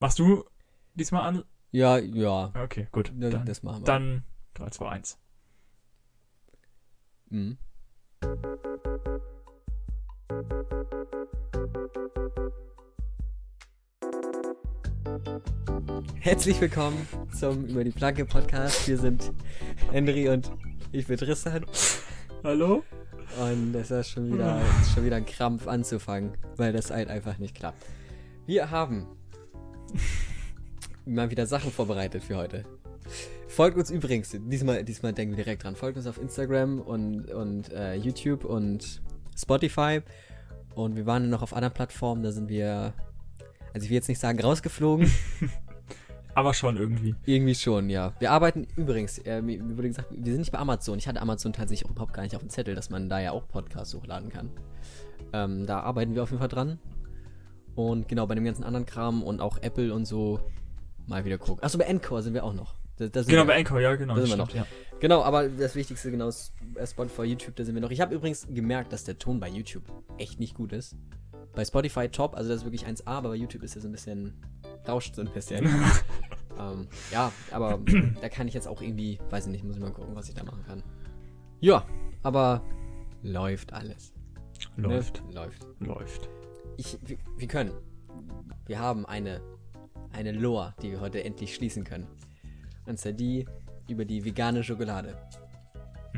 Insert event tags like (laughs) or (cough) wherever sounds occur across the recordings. Machst du diesmal an? Ja, ja. Okay, gut. Da- Dann, das machen wir. dann 3, 2, 1. Mhm. Herzlich willkommen zum Über die Planke Podcast. Wir sind Henry und ich bin Tristan. Hallo? Und es ist schon wieder, ist schon wieder ein Krampf anzufangen, weil das halt einfach nicht klappt. Wir haben mal wieder Sachen vorbereitet für heute. Folgt uns übrigens, diesmal, diesmal denken wir direkt dran, folgt uns auf Instagram und, und äh, YouTube und Spotify. Und wir waren noch auf anderen Plattformen, da sind wir, also ich will jetzt nicht sagen rausgeflogen, Aber schon irgendwie. irgendwie schon, ja. Wir arbeiten übrigens, äh, mir mir wurde gesagt, wir sind nicht bei Amazon. Ich hatte Amazon tatsächlich überhaupt gar nicht auf dem Zettel, dass man da ja auch Podcasts hochladen kann. Ähm, da arbeiten wir auf jeden Fall dran. Und genau, bei dem ganzen anderen Kram und auch Apple und so mal wieder gucken. Achso, bei Encore sind wir auch noch. Da, da sind Genau, wir. bei Anchor, ja, genau. Da sind stimmt, wir ja. Genau, aber das Wichtigste genau ist äh, Spotify, YouTube, da sind wir noch. Ich habe übrigens gemerkt, dass der Ton bei YouTube echt nicht gut ist. Bei Spotify top, also das ist wirklich 1A, aber bei YouTube ist er so ein bisschen, rauscht so ein bisschen. ähm, ja, aber da kann ich jetzt auch irgendwie, weiß ich nicht, muss ich mal gucken, was ich da machen kann. Ja, aber läuft alles. ne? Läuft, Läuft. läuft. Ich, wir, wir können. Wir haben eine, eine Lore, die wir heute endlich schließen können. Und zwar die über die vegane Schokolade.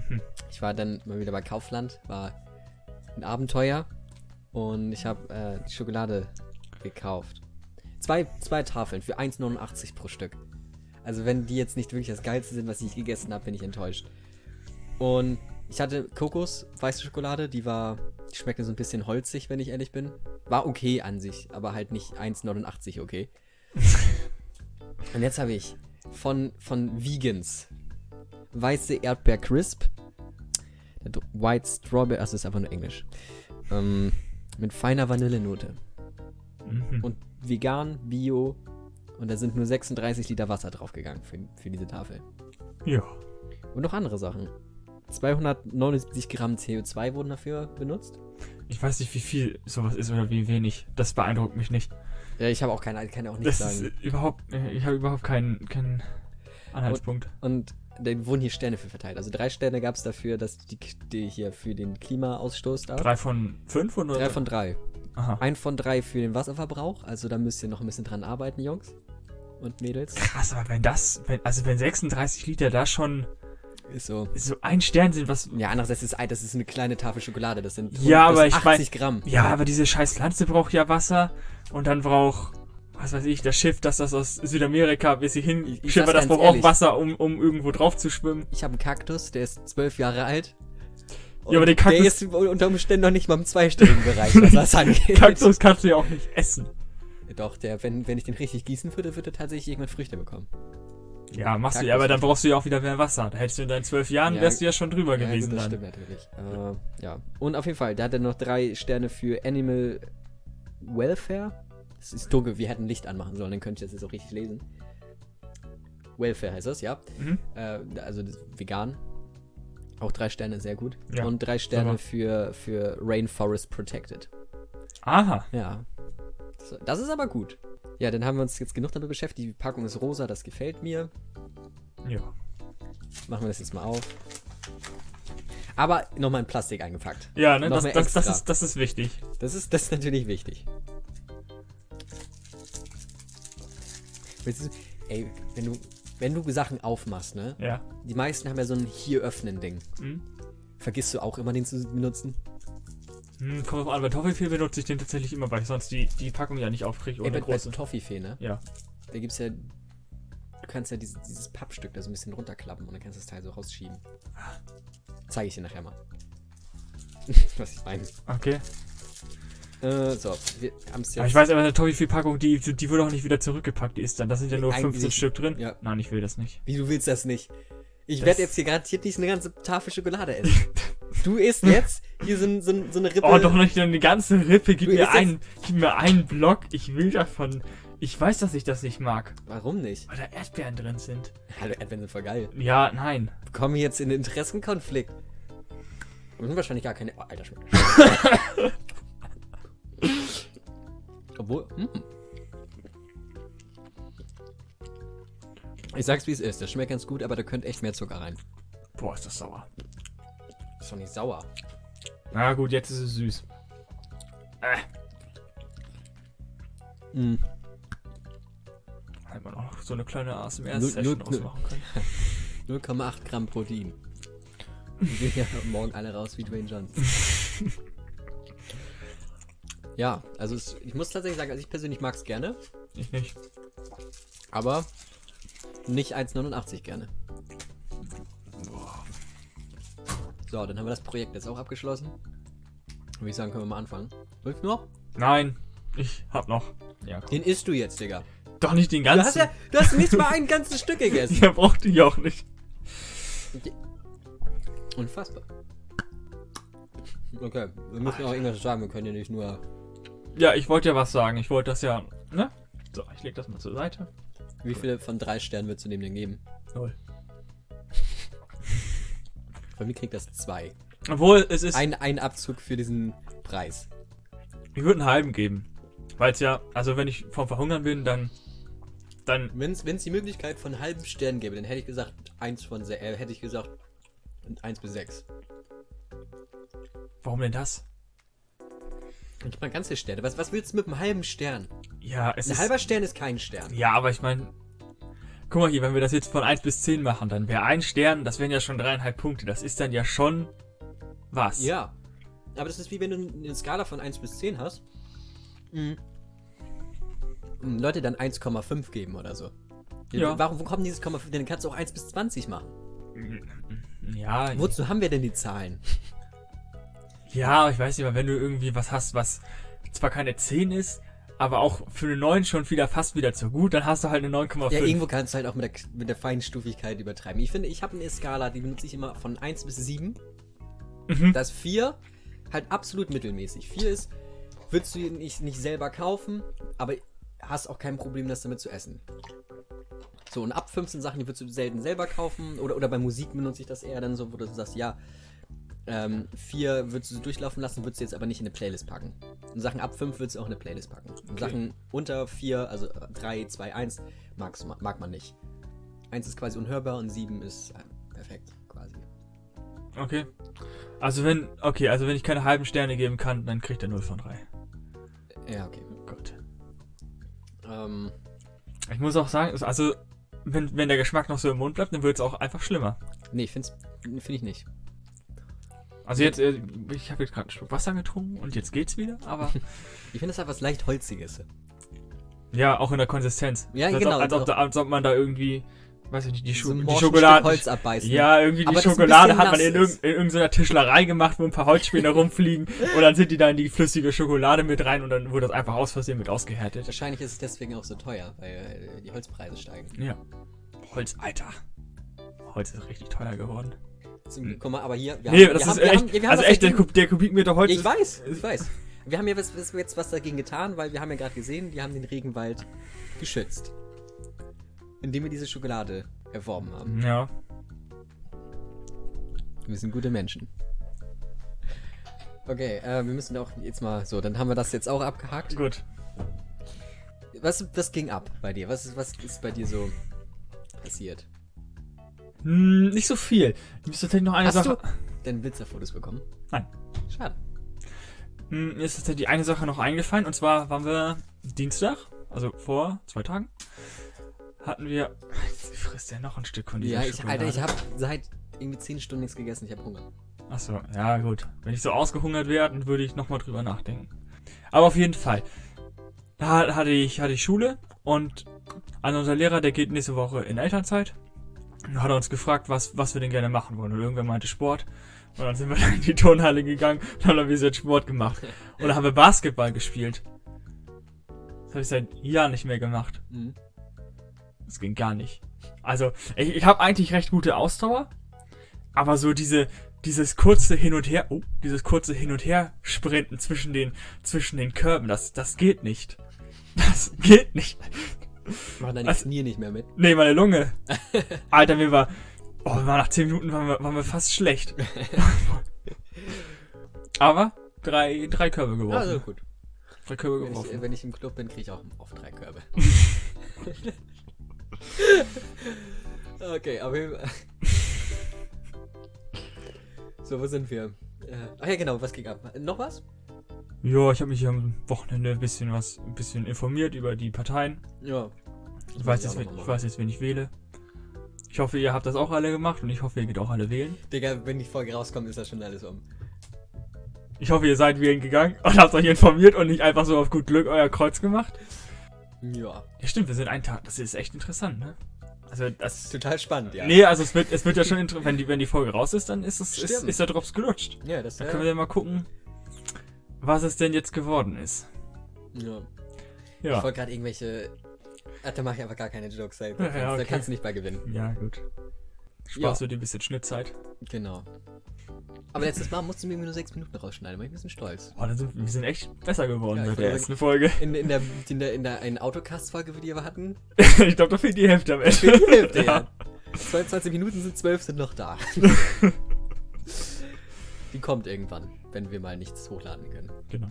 Mhm. Ich war dann mal wieder bei Kaufland, war ein Abenteuer und ich habe äh, die Schokolade gekauft. Zwei, zwei Tafeln für 1,89 pro Stück. Also wenn die jetzt nicht wirklich das Geilste sind, was ich gegessen habe, bin ich enttäuscht. Und ich hatte Kokos, weiße Schokolade, die war, die schmeckte so ein bisschen holzig, wenn ich ehrlich bin. War okay an sich, aber halt nicht 1,89 okay. und jetzt habe ich von, von Vegans weiße Erdbeer Crisp der Dr- White Strawberry, also ist einfach nur Englisch. Ähm, mit feiner Vanillenote. Mhm. Und vegan, bio. Und da sind nur 36 Liter Wasser draufgegangen für, für diese Tafel. Ja. Und noch andere Sachen. 279 Gramm CO2 wurden dafür benutzt. Ich weiß nicht, wie viel sowas ist oder wie wenig. Das beeindruckt mich nicht. Ja, Äh, ich habe auch keine, ich kann ja auch nicht Das sagen. ist überhaupt, äh, ich habe überhaupt keinen, keinen Anhaltspunkt. Und dann wurden hier Sterne für verteilt. Also drei Sterne gab es dafür, dass die, die hier für den Klimaausstoß da. Drei von fünf oder? drei von drei. Aha. Ein von drei für den Wasserverbrauch. Also da müsst ihr noch ein bisschen dran arbeiten, Jungs und Mädels. Krass, aber wenn das, wenn, also wenn 36 Liter da schon Ist so. so ein Stern sind, was. Ja, andererseits ist Ei, das ist eine kleine Tafel Schokolade, das sind Ja, aber ich 80 Gramm. Ja, aber diese scheiß Pflanze braucht ja Wasser und dann braucht, was weiß ich, das Schiff, dass das aus Südamerika bis hierhin Ich- ich schippert, sag's das ganz braucht auch ehrlich. Wasser, um, um irgendwo drauf zu schwimmen. Ich habe einen Kaktus, der ist zwölf Jahre alt. Und aber den Der Kaktus- ist unter Umständen noch nicht mal im zweistelligen Bereich, (laughs) was das angeht. Kaktus kannst du ja auch nicht essen. Doch, der, wenn, wenn ich den richtig gießen würde, würde er tatsächlich irgendwann Früchte bekommen. Ja, machst du Kaktus- ja, aber dann brauchst du ja auch wieder mehr Wasser. Da hättest du in deinen zwölf Jahren, Ja, wärst du ja schon drüber ja, gewesen das dann. stimmt natürlich. Äh, ja. Und auf jeden Fall, da hat er noch drei Sterne für Animal Welfare. Es ist dunkel, wir hätten Licht anmachen sollen, dann könnte ich das jetzt auch richtig lesen. Welfare heißt das, ja. Mhm. Äh, also das, vegan. Auch drei Sterne, sehr gut. Ja, Und drei Sterne super. für, für Rainforest Protected. Aha. Ja. Das, das ist aber gut. Ja, dann haben wir uns jetzt genug damit beschäftigt. Die Packung ist rosa, das gefällt mir. Ja. Machen wir das jetzt mal auf. Aber nochmal in Plastik eingepackt. Ja, ne, Noch das, mehr das, das, extra. ist, das ist wichtig. Das ist, das ist natürlich wichtig. Weißt du, Ey, wenn du, wenn du Sachen aufmachst, ne? Ja. Die meisten haben ja so ein hier öffnen Ding. Hm. Vergisst du auch immer, den zu benutzen? Hm, kommt drauf an, bei Toffeefee benutze ich den tatsächlich immer, weil ich sonst die, die Packung ja nicht aufkriege Ey, ohne bei, bei große. Toffifee, ne? Ja. Da gibt's ja. Du kannst ja dieses, dieses Pappstück da so ein bisschen runterklappen und dann kannst du das Teil so rausschieben. Zeige ich dir nachher mal. (laughs) Was ich meine. Okay. Äh, so, wir haben's jetzt. Aber ich weiß aber, eine Toffee-Packung, die, die wurde auch nicht wieder zurückgepackt, die ist dann. Da sind ja nur Eigentlich 15 nicht. Stück drin. Ja. Nein, ich will das nicht. Wie du willst das nicht? Ich Das- werde jetzt hier garantiert nicht eine ganze Tafel Schokolade essen. (laughs) du isst jetzt hier so, ein- so, ein- so eine Rippe. Oh, doch nicht nur eine ganze Rippe. Gib Du mir, isst jetzt- einen, gib mir einen Block. Ich will davon. Ich weiß, dass ich das nicht mag, Warum nicht? weil da Erdbeeren drin sind. Hallo, Erdbeeren sind voll geil. Ja, nein. Wir kommen hier jetzt in den Interessenkonflikt. Wir sind wahrscheinlich gar keine. Oh, Alter, schmeckt. (laughs) hm. Obwohl. Mh. Ich sag's wie es ist. Das schmeckt ganz gut, aber da könnte echt mehr Zucker rein. Boah, ist das sauer. Ist doch nicht sauer. Na gut, jetzt ist es süß. Äh, Mm. hätte man auch noch so eine kleine Null- ASMR-Session null- draus machen können. 0,8 Gramm Protein. (laughs) Wir gehen ja morgen alle raus wie Dwayne (laughs) Johnson. ja, also es, ich muss tatsächlich sagen, also ich persönlich mag's gerne, Ich nicht. aber nicht 1,89 gerne. So, dann haben wir das Projekt jetzt auch abgeschlossen. Würde ich sagen, können wir mal anfangen. Willst du noch? Nein, ich hab noch. Ja, komm. Den isst du jetzt, Digga. Doch nicht den Du hast ganzen. ja, du hast nicht mal ein ganzes (laughs) Stück gegessen. Der braucht ich auch nicht. Unfassbar. Okay, wir müssen auch irgendwas sagen, wir können ja nicht nur Ja, ich wollte ja was sagen. Ich wollte das ja. Ne? So, ich leg das mal zur Seite. Wie viele von drei Sternen würdest du dem denn geben? Null. Von mir kriegt das zwei. Obwohl, es ist. Ein, ein Abzug für diesen Preis. Ich würde einen halben geben. Weil es ja, also wenn ich vom Verhungern bin, dann. Dann. Wenn es die Möglichkeit von halben Sternen gäbe, dann hätte ich gesagt, eins von se- äh, hätte ich gesagt, eins bis sechs. Warum denn das? Ich meine ganze Sterne. Was, was willst du mit einem halben Stern? Ja, es Ein ist. halber Stern ist kein Stern. Ja, aber ich meine. Guck mal hier, wenn wir das jetzt von 1 bis 10 machen, dann wäre ein Stern, das wären ja schon dreieinhalb Punkte. Das ist dann ja schon. Was? Ja. Aber das ist wie wenn du eine Skala von 1 bis 10 hast. Mhm. Leute dann 1,5 geben oder so. Ja. Warum wo kommt dieses 0,5? Dann kannst du auch 1 bis 20 machen. Ja, Wozu haben wir denn die Zahlen? ja, aber ich weiß nicht, aber wenn du irgendwie was hast, was zwar keine 10 ist, aber auch für eine 9 schon wieder fast wieder zu gut, dann hast du halt eine 9,5. Ja, irgendwo kannst du halt auch mit der, mit der Feinstufigkeit übertreiben. Ich finde, ich habe eine Skala, die benutze ich immer von 1 bis 7. Mhm. Das 4 halt absolut mittelmäßig. 4 ist, würdest du ihn nicht, nicht selber kaufen, aber hast auch kein Problem, das damit zu essen. So, und ab 15 Sachen, die würdest du selten selber kaufen. Oder, oder bei Musik benutze ich das eher dann so, wo du sagst, ja, ähm, 4 würdest du durchlaufen lassen, würdest du jetzt aber nicht in eine Playlist packen. Und Sachen ab 5 würdest du auch in eine Playlist packen. Und Okay. Sachen unter 4, also 3, 2, 1, mag's, ma- mag man nicht. 1 ist quasi unhörbar und 7 ist äh, perfekt, quasi. Okay. Also wenn, okay, also wenn ich keine halben Sterne geben kann, dann kriegt er 0 von 3. Ja, okay. Gut. Ähm, Ich muss auch sagen, es- also wenn, wenn der Geschmack noch so im Mund bleibt, dann wird es auch einfach schlimmer. Nee, ich find's. Finde ich nicht. Also jetzt, äh, ich habe jetzt gerade einen Schluck Wasser getrunken und jetzt geht's wieder, aber Ich finde das halt was leicht Holziges. (laughs) ja, auch in der Konsistenz. Ja, als ob- genau, Als ob, doch. da, als ob man da irgendwie, weiß ich nicht, die, Schu ein die morschen Schokolade... Stück Holz abbeißen. Ja, irgendwie ne? Aber die das ein Schokolade bisschen hat man in, nass irgend, in irgendeiner Tischlerei gemacht, wo ein paar (laughs) Holzspäne rumfliegen und dann sind die da in die flüssige Schokolade mit rein und dann wurde das einfach aus Versehen mit ausgehärtet. Wahrscheinlich ist es deswegen auch so teuer, weil äh, die Holzpreise steigen. Ja. Holz, Alter. Holz ist richtig teuer geworden. Zum, guck mal, aber hier. Wir Hm. nee, haben, das wir ist haben, wir echt. Haben, wir haben also was echt, der, dagegen- Kub, der Kubikmeter Holz Ich ist. weiß, ich weiß. Wir haben ja was, was, jetzt was dagegen getan, weil wir haben ja gerade gesehen, die haben den Regenwald geschützt. Indem wir diese Schokolade erworben haben. Ja. Wir sind gute Menschen. Okay, äh, wir müssen auch jetzt mal. So, dann haben wir das jetzt auch abgehakt. Gut. Was, was ging ab bei dir? Was ist, was ist bei dir so passiert? Hm, nicht so viel. Mir ist tatsächlich noch eine Hast du Sache. denn Blitzerfotos bekommen? Nein. Schade. Hm, mir ist tatsächlich eine Sache noch eingefallen und zwar waren wir Dienstag, also vor zwei Tagen, hatten wir. Jetzt frisst er noch ein Stück von dieser Ja, ich, Schokolade. Alter, ich habe seit irgendwie 10 Stunden nichts gegessen. Ich habe Hunger. Achso, ja gut. Wenn ich so ausgehungert wäre, dann würde ich nochmal drüber nachdenken. Aber auf jeden Fall. Da hatte ich, hatte ich Schule und an unser Lehrer, der geht nächste Woche in Elternzeit. Und hat er uns gefragt, was, was wir denn gerne machen wollen. Und irgendwer meinte Sport. Und dann sind wir (laughs) dann in die Turnhalle gegangen und haben dann wie jetzt Sport gemacht. Und dann haben wir Basketball gespielt. Das habe ich seit Jahren nicht mehr gemacht. Mhm. Das ging gar nicht. Also, ich, ich habe eigentlich recht gute Ausdauer, aber so diese dieses kurze Hin und Her, oh, dieses kurze Hin und Her sprinten zwischen den zwischen den Körben, das das geht nicht. (laughs) Das geht nicht. Machen deine Was? Knie nicht mehr mit. Nee, meine (laughs) Lunge. Alter, mir war oh, wir waren nach 10 Minuten waren wir, waren wir fast (laughs) schlecht. aber drei drei Körbe geworfen. Also gut. drei Körbe Wenn ich, geworfen. (laughs) wenn ich im Club bin, kriege ich auch auf drei Körbe. Okay, auf jeden Fall. so, wo sind wir? Äh, ach ja, genau, was ging ab? Äh, Noch was? Ja, ich habe mich am Wochenende ein bisschen was, ein bisschen informiert über die Parteien. Ja. Ich weiß, jetzt, Das muss wen- auch noch ich mal weiß jetzt, wen ich wähle. Ich hoffe, ihr habt das auch alle gemacht und ich hoffe, ihr geht auch alle wählen. machen. Digga, wenn die Folge rauskommt, ist das schon alles um. Ich hoffe, ihr seid wählen gegangen (laughs) und habt euch informiert und nicht einfach so auf gut Glück euer Kreuz gemacht. Ja. Ja, stimmt, wir sind ein Tag. Das ist echt interessant, ne? Also, das. Total spannend, ja. Nee, also es wird, es wird ja schon interessant. Wenn die, wenn die Folge raus ist, dann ist, es, ist, Stimmt. ist der Drops gelutscht. Ja, das Da ja, können wir ja mal gucken, was es denn jetzt geworden ist. ja. Ich Ja. wollte gerade irgendwelche. Ach, da mache ich einfach gar keine Jokes, ey. Da, Ja, ja, kannst, da okay. kannst du nicht bei gewinnen. Ja, gut. Spaß wird dir ein bisschen Schnittzeit. Genau. Aber letztes Mal mussten wir nur sechs Minuten rausschneiden, bin ich ein bisschen stolz. Boah, Oh, dann sind, wir sind echt besser geworden Ja, ich seit der wollte ersten Folge. In, in der, in der, in der einen Autocast-Folge, die wir hatten, (laughs) ich glaube, da fehlt die Hälfte am für (laughs) die Ende. Hälfte, ja. 22 Minuten sind zwölf, sind noch da. die kommt irgendwann, wenn wir mal nichts hochladen können. Genau.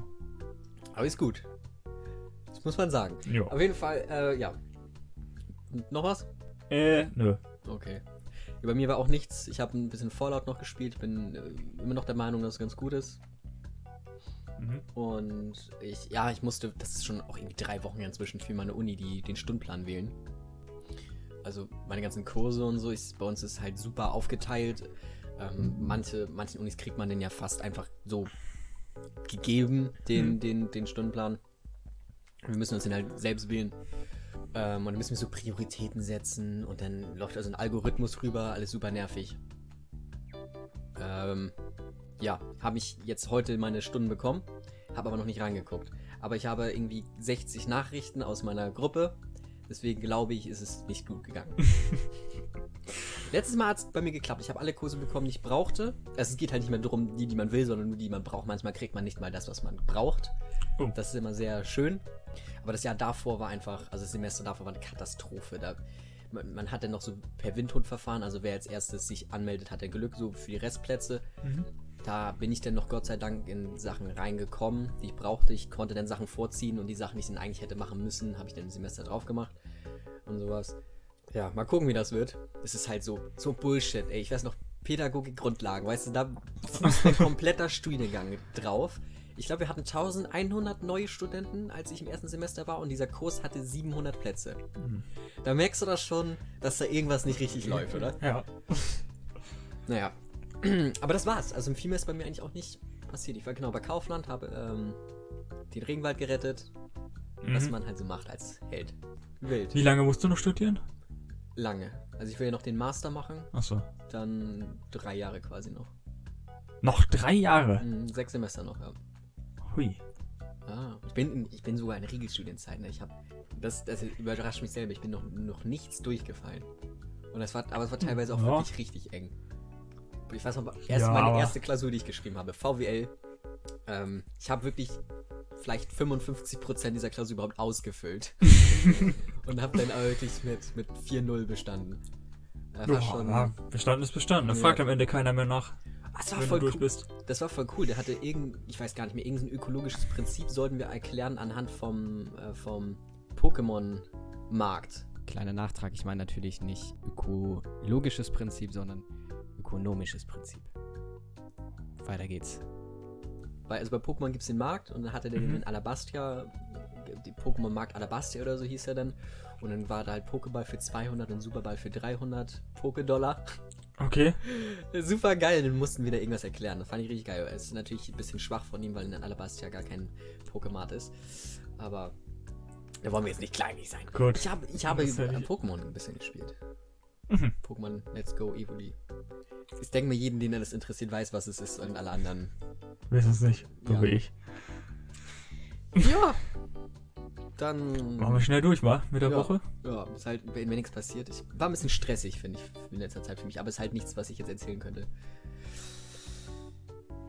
Aber ist gut. Das muss man sagen. Ja. Auf jeden Fall, äh, ja. Und Noch was? Äh, nö. Okay. Ja, Bei mir war auch nichts. Ich habe ein bisschen Fallout noch gespielt. Bin äh, immer noch der Meinung, dass es ganz gut ist. Mhm. Und ich, ja, ich musste, das ist schon auch irgendwie drei Wochen her inzwischen für meine Uni, die den Stundenplan wählen. Also meine ganzen Kurse und so, ich, bei uns ist halt super aufgeteilt. Ähm, manche, manchen Unis kriegt man den ja fast einfach so gegeben, den, den, den Stundenplan. Wir müssen uns den halt selbst wählen. Ähm, und dann müssen wir so Prioritäten setzen und dann läuft also ein Algorithmus rüber, alles super nervig. Ähm, ja, habe ich jetzt heute meine Stunden bekommen, habe aber noch nicht reingeguckt. Aber ich habe irgendwie 60 Nachrichten aus meiner Gruppe, deswegen glaube ich, ist es nicht gut gegangen. Letztes Mal hat es bei mir geklappt. Ich habe alle Kurse bekommen, die ich brauchte. Also es geht halt nicht mehr darum, die, die man will, sondern nur die, die man braucht. Manchmal kriegt man nicht mal das, was man braucht. Oh. Das ist immer sehr schön. Aber das Jahr davor war einfach, also das Semester davor war eine Katastrophe. Da, man, man hat dann noch so per Windhund-Verfahren, also wer als erstes sich anmeldet, hat dann Glück, so für die Restplätze. Mhm. Da bin ich dann noch Gott sei Dank in Sachen reingekommen, die ich brauchte. Ich konnte dann Sachen vorziehen und die Sachen, die ich dann eigentlich hätte machen müssen, habe ich dann im Semester drauf gemacht und sowas. Ja, mal gucken, wie das wird. Es ist halt so, so Bullshit, ey. Ich weiß noch, Pädagogik-Grundlagen, weißt du, da ist ein kompletter Studiengang drauf. Ich glaube, wir hatten 1100 neue Studenten, als ich im ersten Semester war und dieser Kurs hatte 700 Plätze. Da merkst du das schon, dass da irgendwas nicht richtig läuft, oder? Ja. Naja. (clears throat) Aber das war's. Also viel mehr ist bei mir eigentlich auch nicht passiert. Ich war genau bei Kaufland, habe ähm, den Regenwald gerettet, was Mhm. man halt so macht als Held. Wild. Wie lange musst du noch studieren? Lange. Also ich will ja noch den Master machen, Achso. dann drei Jahre quasi noch. Noch drei Jahre. Hm, sechs Semester noch, ja. Hui. Ah, ich bin, in- ich bin sogar in Regelstudienzeit. Ne? Ich habe, das, das überrascht mich selber. Ich bin noch, noch nichts durchgefallen. Und das war, aber es war teilweise auch Ja. wirklich richtig eng. Und Ich weiß noch, erst Ja, meine aber- erste Klausur, die ich geschrieben habe, VWL. Ähm, ich habe wirklich vielleicht 55% dieser Klausur (laughs) überhaupt ausgefüllt. und habe dann aber wirklich mit, mit 4-0 bestanden. Das war Ja, schon. ja, bestanden ist bestanden. Da Ja. fragt am Ende keiner mehr nach, Ah, es war wenn du voll durch cool. bist. Das war voll cool. Der hatte irgend, ich weiß gar nicht mehr, irgendein ökologisches Prinzip sollten wir erklären anhand vom, äh, vom Pokémon-Markt. Kleiner Nachtrag, ich meine natürlich nicht ökologisches Prinzip, sondern ökonomisches Prinzip. Weiter geht's. Weil, also bei Pokémon gibt es den Markt und dann hatte der Mhm. den Alabastia, die Pokémon-Markt Alabastia oder so hieß er dann. Und dann war da halt Pokéball für 200 und Superball für 300 Pokédollar. Okay. Super geil, dann mussten wir da irgendwas erklären. Das fand ich richtig geil. Es ist natürlich ein bisschen schwach von ihm, weil in Alabastia gar kein Pokémon ist. Aber da wollen wir jetzt nicht kleinlich sein. Gut. Ich habe, ich habe Das hätte äh, ich- Pokémon ein bisschen gespielt. Mhm. Pokémon Let's Go Evoli. Ich denke mir, jeden, den das interessiert, weiß, was es ist und alle anderen. Wissen es nicht. So Ja. wie ich. Ja! Machen wir Dann. schnell durch, wa? Mit der Ja. Woche? Ja, ist halt, wenn, wenn nichts passiert. Ich, war ein bisschen stressig, finde ich, in letzter Zeit für mich. Aber es ist halt nichts, was ich jetzt erzählen könnte.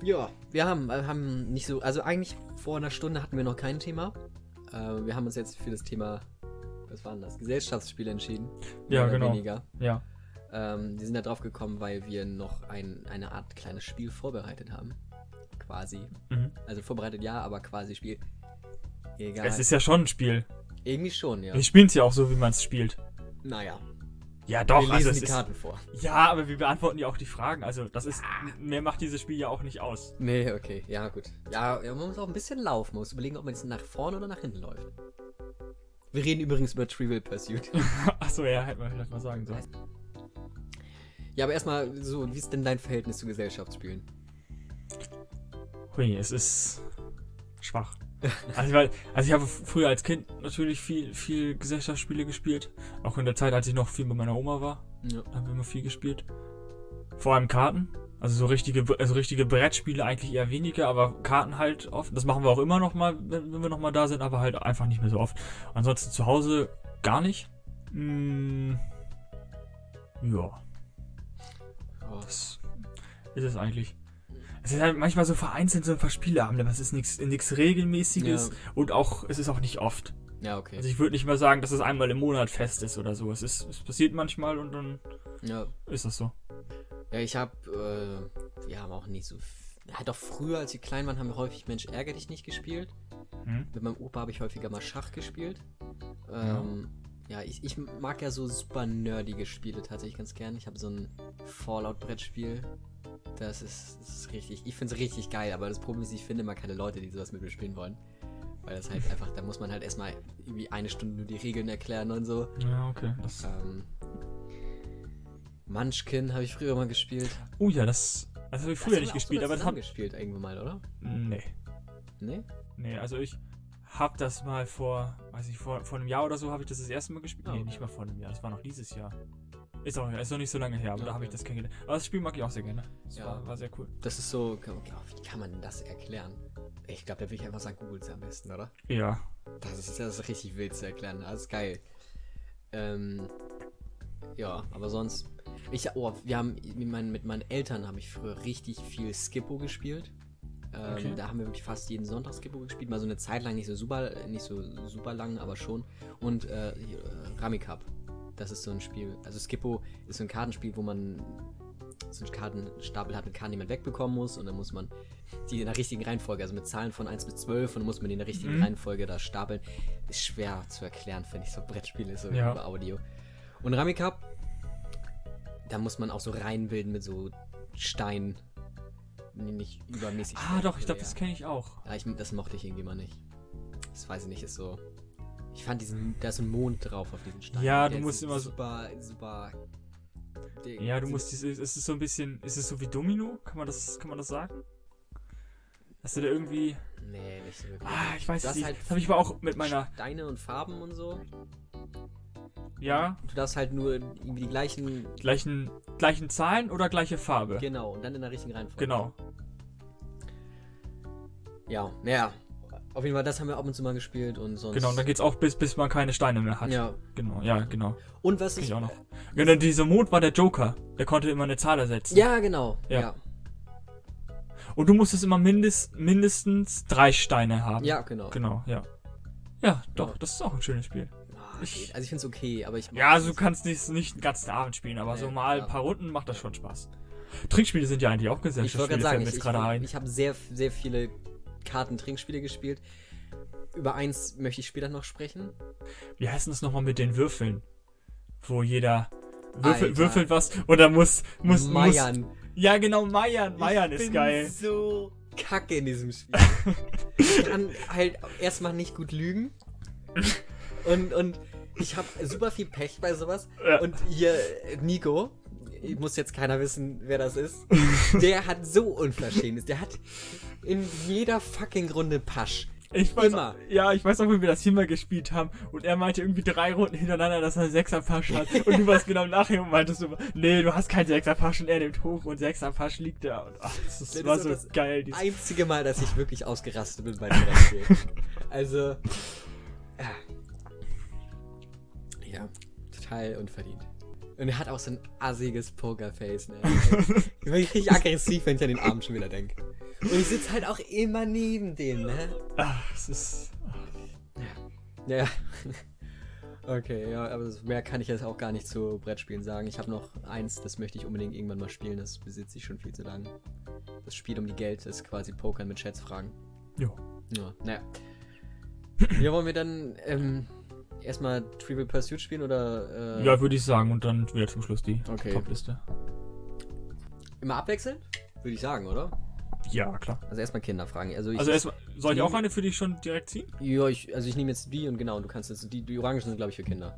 Ja, wir haben, äh, haben nicht so. Also eigentlich vor einer Stunde hatten wir noch kein Thema. Äh, wir haben uns jetzt für das Thema. Was war denn das? Gesellschaftsspiel entschieden. Ja, mehr oder genau. Weniger. Ja. Ähm, die sind da drauf gekommen, weil wir noch ein, eine Art kleines Spiel vorbereitet haben. Quasi. Mhm. Also vorbereitet ja, aber quasi Spiel. Egal. Es ist ja schon ein Spiel. Irgendwie schon, ja. Wir spielen es ja auch so, wie man es spielt. naja. Ja, doch. also Wir lesen es die ist, Karten vor. ja, aber wir beantworten ja auch die Fragen. Also das ist, Ah. mehr macht dieses Spiel ja auch nicht aus. (laughs) Nee, okay, ja, gut. Ja, ja, man muss auch ein bisschen laufen, man muss überlegen, ob man jetzt nach vorne oder nach hinten läuft. Wir reden übrigens über Trivial Pursuit. Achso, ja, hätten wir vielleicht mal sagen sollen. ja, aber erstmal so, wie ist denn dein Verhältnis zu Gesellschaftsspielen? Hui, es ist (laughs) schwach. Also, weil, also ich habe f- früher als Kind natürlich viel, viel Gesellschaftsspiele gespielt. Auch in der Zeit, als ich noch viel bei meiner Oma war, Ja. haben wir immer viel gespielt. Vor allem Karten. Also so richtige, also richtige Brettspiele eigentlich eher weniger, aber Karten halt oft. Das machen wir auch immer noch mal, wenn wenn wir noch mal da sind, aber halt einfach nicht mehr so oft. Ansonsten zu Hause gar nicht. Mm, ja. Oh, Das ist es eigentlich. Es ist halt manchmal so vereinzelt so ein paar Spieleabende, aber es ist nichts nichts regelmäßiges Ja. und auch es ist auch nicht oft. ja, okay. Also ich würde nicht mal sagen, dass es einmal im Monat fest ist oder so. Es ist es passiert manchmal und dann ja. ist das so. Ja, ich habe, äh, wir haben auch nicht so. f- Ja, doch früher, als wir klein waren, haben wir häufig Mensch ärger dich nicht gespielt. Hm? Mit meinem Opa habe ich häufiger mal Schach gespielt. Ähm, ja, ich, ich mag ja so super nerdige Spiele tatsächlich ganz gern. Ich habe so ein Fallout-Brettspiel. Das ist, das ist richtig, ich finde es richtig geil, aber das Problem ist, ich finde immer keine Leute, die sowas mit mir spielen wollen. Weil (laughs) das halt einfach, da muss man halt erstmal irgendwie eine Stunde nur die Regeln erklären und so. Ja, okay. Das, Ähm, Munchkin habe ich früher mal gespielt. oh ja, das, das habe ich früher haben nicht wir auch gespielt, sogar aber das hab, zusammengespielt irgendwo mal, oder? Nee. Nee? Nee, also ich habe das mal vor, weiß nicht, vor, vor einem Jahr oder so habe ich das das erste Mal gespielt. Ah, Nee, okay. nicht mal vor einem Jahr, das war noch dieses Jahr. Ist auch ist noch nicht so lange her, aber Ja, da habe ich okay. das kennengelernt. Aber das Spiel mag ich auch sehr gerne. Das Ja. war, war sehr cool. Das ist so, okay, wie kann man das erklären? Ich glaube, da will ich einfach sagen, googles am besten, oder? Ja. Das ist, das ist richtig wild zu erklären, das ist geil. Ähm, ja, aber sonst. Ich, oh, wir haben, mit meinen, mit meinen Eltern habe ich früher richtig viel Skippo gespielt. Ähm, Okay. Da haben wir wirklich fast jeden Sonntag Skippo gespielt, mal so eine Zeit lang, nicht so super, nicht so super lang, aber schon. Und äh, hier, äh, Rummy Cup, das ist so ein Spiel. Also Skippo ist so ein Kartenspiel, wo man so einen Kartenstapel hat mit Karten, die man wegbekommen muss und dann muss man die in der richtigen Reihenfolge, also mit Zahlen von 1 bis 12 und dann muss man die in der richtigen Mhm. Reihenfolge da stapeln. Ist schwer zu erklären, finde ich, so Brettspiele, so Ja. über Audio. Und Rummy Cup, da muss man auch so reinbilden mit so Steinen. Nee, nicht übermäßig. Ah, schnell, doch, ich aber glaube, ja. das kenne ich auch. Ja, Ah, ich, das mochte ich irgendwie mal nicht. Das weiß ich nicht, ist so. Ich fand diesen, da ist ein Mond drauf auf diesem Stein. Ja, du Der ist musst immer so- super, super. Ding. Ja, du So- musst, diese- es ist so ein bisschen, ist es so wie Domino? Kann man das, kann man das sagen? Dass du da irgendwie, Nee, nicht so wirklich. ah, ich weiß Das nicht, halt- das habe ich aber auch mit meiner, Steine und Farben und so. ja, Du darfst halt nur irgendwie die gleichen. gleichen, gleichen Zahlen oder gleiche Farbe. Genau, und dann in der richtigen Reihenfolge. Genau. Ja, naja. Auf jeden Fall, das haben wir ab und zu mal gespielt und sonst. Genau, und dann geht's auch bis, bis man keine Steine mehr hat. Ja. Genau, ja, genau. Und was Kenn ich. ich auch noch. Genau, dieser Mond war der Joker. Der konnte immer eine Zahl ersetzen. Ja, genau. Ja. Ja, Und du musstest immer mindest, mindestens drei Steine haben. ja genau. Genau, ja. Ja, doch, das ist auch ein schönes Spiel. Ah, geht. Also ich find's okay, aber ich. Genau. Ja, also du kannst nicht, nicht den ganzen Abend spielen, aber Nee, so mal ein klar. paar Runden macht das schon Spaß. Trinkspiele sind ja eigentlich auch Ich wollte Gesellschaftsspiele, gerade sagen, fällt mir ich, jetzt ich, gerade ein. ich habe sehr, sehr viele Kartentrinkspiele gespielt. Über eins möchte ich später noch sprechen. Wie heißt denn das nochmal mit den Würfeln? Wo jeder würfel, Alter. würfelt was und dann muss, muss, muss... Meiern. Ja, genau, Meiern. Meiern ich ist bin geil. so kacke in diesem Spiel. (laughs) ich kann halt erstmal nicht gut lügen. Und, und ich habe super viel Pech bei sowas. Ja. Und hier äh, Nico, muss jetzt keiner wissen, wer das ist, der hat so Unverschämtes. Der hat in jeder fucking Runde Pasch. Ich weiß, Immer. Ja, ich weiß auch, wie wir das hier mal gespielt haben. Und er meinte irgendwie drei Runden hintereinander, dass er einen Sechserpasch hat. Und du warst genau nachher und meintest immer, nee, du hast keinen Sechserpasch. Und er nimmt hoch und Sechserpasch liegt da. Und ach, das, ist- Das war ist so auch das geil. Dieses einzige Mal, dass ich wirklich ausgerastet bin bei dem Spiel. Also. Ja. ja, total unverdient. Und er hat auch so ein assiges Pokerface, ne? Ich bin richtig aggressiv, wenn ich an den Abend schon wieder denke. Und ich sitze halt auch immer neben dem, ne? ach, es ist... Ja. (laughs) Okay, ja, aber das- mehr kann ich jetzt auch gar nicht zu Brettspielen sagen. Ich habe noch eins, das möchte ich unbedingt irgendwann mal spielen, das besitze ich schon viel zu lange. Das Spiel um die Geld ist quasi Pokern mit Schätzfragen. Jo. Ja, naja. Ja, wollen wir dann ähm, erstmal Trivial Pursuit spielen oder äh, Ja, würde ich sagen. Und dann wieder zum Schluss die Okay. Top-Liste. immer abwechseln? Würde ich sagen, oder? Ja, klar. Also erstmal Kinder fragen. Also ich, Also erstmal, soll ich die- auch eine für dich schon direkt ziehen? ja, ich, also ich nehme jetzt die und genau, und du kannst jetzt die, die Orangen sind glaube ich für Kinder.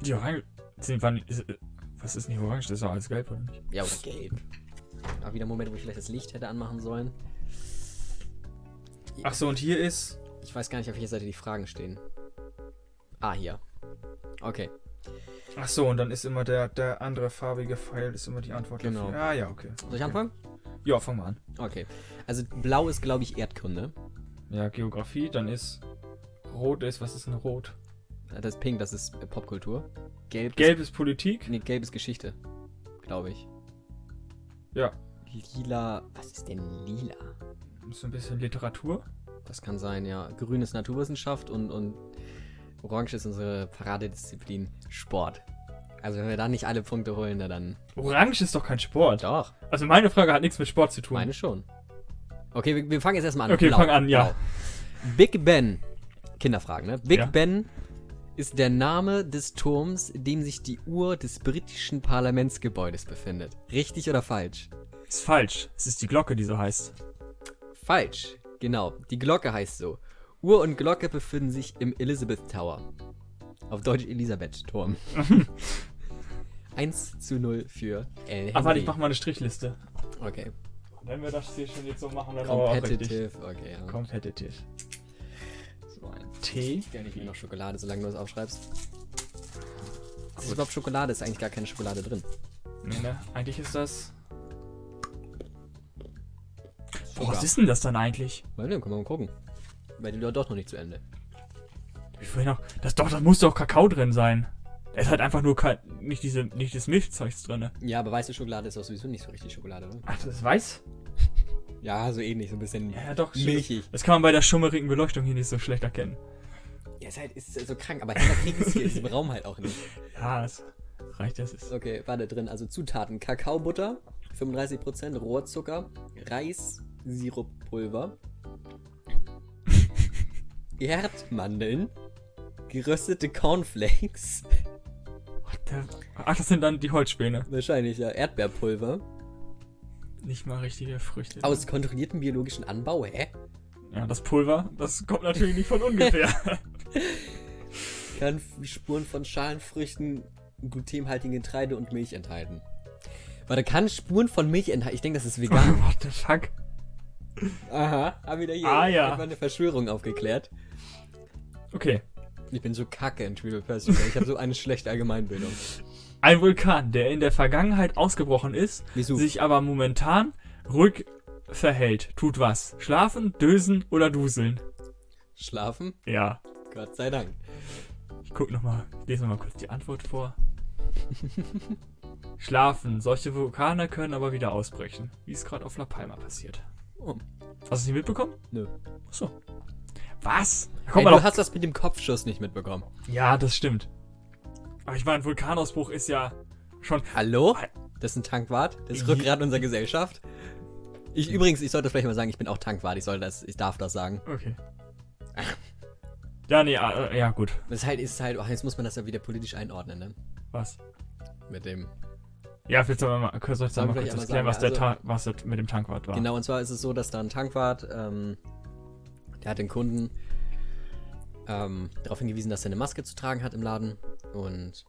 Die Orange. Sind, wann, ist, was ist nicht orange? Das ist doch alles gelb, oder nicht? Ja, oder gelb. Auch wieder Momente, wo ich vielleicht das Licht hätte anmachen sollen. Ach so, und hier ist. Ich weiß gar nicht, auf welcher Seite die Fragen stehen. Ah, hier. Okay. Ach so, und dann ist immer der, der andere farbige Pfeil, ist immer die Antwort Genau. dafür. Ah, ja, okay. Soll ich anfangen? Ja, fang mal an. Okay. Also blau ist, glaube ich, Erdkunde. Ja, Geografie, dann ist. Rot ist, was ist denn rot? Das ist pink, das ist äh, Popkultur. Gelb, Gelb ist Politik. ist, nee, gelb ist Geschichte, glaube ich. Ja. Lila, was ist denn lila? Ist Hm, so ein bisschen Literatur. Das kann sein, ja. Grün ist Naturwissenschaft und, und orange ist unsere Paradedisziplin Sport. Also wenn wir da nicht alle Punkte holen, na dann... Orange ist doch kein Sport. Doch, Also meine Frage hat nichts mit Sport zu tun. meine schon. Okay, wir, wir fangen jetzt erstmal an. Okay, wir fangen an, ja. Big Ben. Kinderfragen, ne? Big Ja. Ben ist der Name des Turms, in dem sich die Uhr des britischen Parlamentsgebäudes befindet. Richtig oder falsch? Ist falsch. Es ist die Glocke, die so heißt. Falsch. Genau. Die Glocke heißt so. Uhr und Glocke befinden sich im Elizabeth Tower. Auf (laughs) Deutsch Elisabeth-Turm. 1 zu 0 für L. Ah, warte, ich mach mal eine Strichliste. Okay. Wenn wir das hier schon jetzt so machen, dann Competitive. Okay, ja. Competitive. So ein T. Ja, nicht mehr noch Schokolade, solange du das aufschreibst. Ist das überhaupt Schokolade? Ist eigentlich gar keine Schokolade drin. Nee, ne? Eigentlich ist das. Boah, Zucker. was ist denn das dann eigentlich? Mal sehen, können wir mal gucken. Weil die Leute doch noch nicht zu Ende. Hab Ich vorhin noch. Das doch, da muss doch Kakao drin sein. Da ist halt einfach nur kein, nicht diese, nicht das Milchzeugs drin. Ja, aber weiße Schokolade ist doch sowieso nicht so richtig Schokolade, oder? Ach, das ist weiß? Ja, so ähnlich, so ein bisschen Ja, doch, stimmt. milchig. Das kann man bei der schummerigen Beleuchtung hier nicht so schlecht erkennen. Ja, ist halt ist so krank, aber Kinder kriegen es hier in diesem Raum halt auch nicht. Ja, das reicht, das ist. Okay, warte drin. Also Zutaten: Kakaobutter, 35%, Rohrzucker, Reis, (laughs) Siruppulver, Erdmandeln, geröstete Cornflakes, Der, ach, das sind dann die Holzspäne. wahrscheinlich ja, Erdbeerpulver, Nicht mal richtige Früchte. aus kontrolliertem biologischen Anbau, hä? Ja, das Pulver, das kommt natürlich nicht (laughs) von ungefähr. Kann F- Spuren von Schalenfrüchten, glutenhaltigen Getreide und Milch enthalten. Warte, kann Spuren von Milch enthalten? Ich denke, das ist vegan. What (laughs) the fuck? (laughs) Aha, haben wieder hier Ah, ja. einfach eine Verschwörung aufgeklärt. Okay. Ich bin so kacke in Trivial Pursuit. Ich habe so eine schlechte Allgemeinbildung. Ein Vulkan, der in der Vergangenheit ausgebrochen ist, Wieso? sich aber momentan ruhig verhält. Tut was? Schlafen, dösen oder duseln? Schlafen? Ja. Gott sei Dank. Ich guck nochmal, lese nochmal kurz die Antwort (laughs) vor. Schlafen. Solche Vulkane können aber wieder ausbrechen. Wie es gerade auf La Palma passiert. Oh. Hast du es nicht mitbekommen? Nö. Achso. Was? Da Ey, kommt du man doch. hast das mit dem Kopfschuss nicht mitbekommen. Ja, das stimmt. Aber ich meine, Vulkanausbruch ist ja schon. Hallo? Das ist ein Tankwart. Das Je- ist Rückgrat unserer Gesellschaft. Ich übrigens, ich sollte vielleicht mal sagen, ich bin auch Tankwart. Ich soll das, ich darf das sagen. Okay. Ja, nee, ah, ja, gut. Das ist halt, ist halt, oh, jetzt muss man das ja wieder politisch einordnen, ne? Was? Mit dem. Ja, vielleicht sollen wir mal, kurz- sollst du Sollen mal wir kurz vielleicht erklären, einmal was, der sagen, also- Ta was das mit dem Tankwart war. Genau, und zwar ist es so, dass da ein Tankwart, ähm, der hat den Kunden ähm, darauf hingewiesen, dass er eine Maske zu tragen hat im Laden und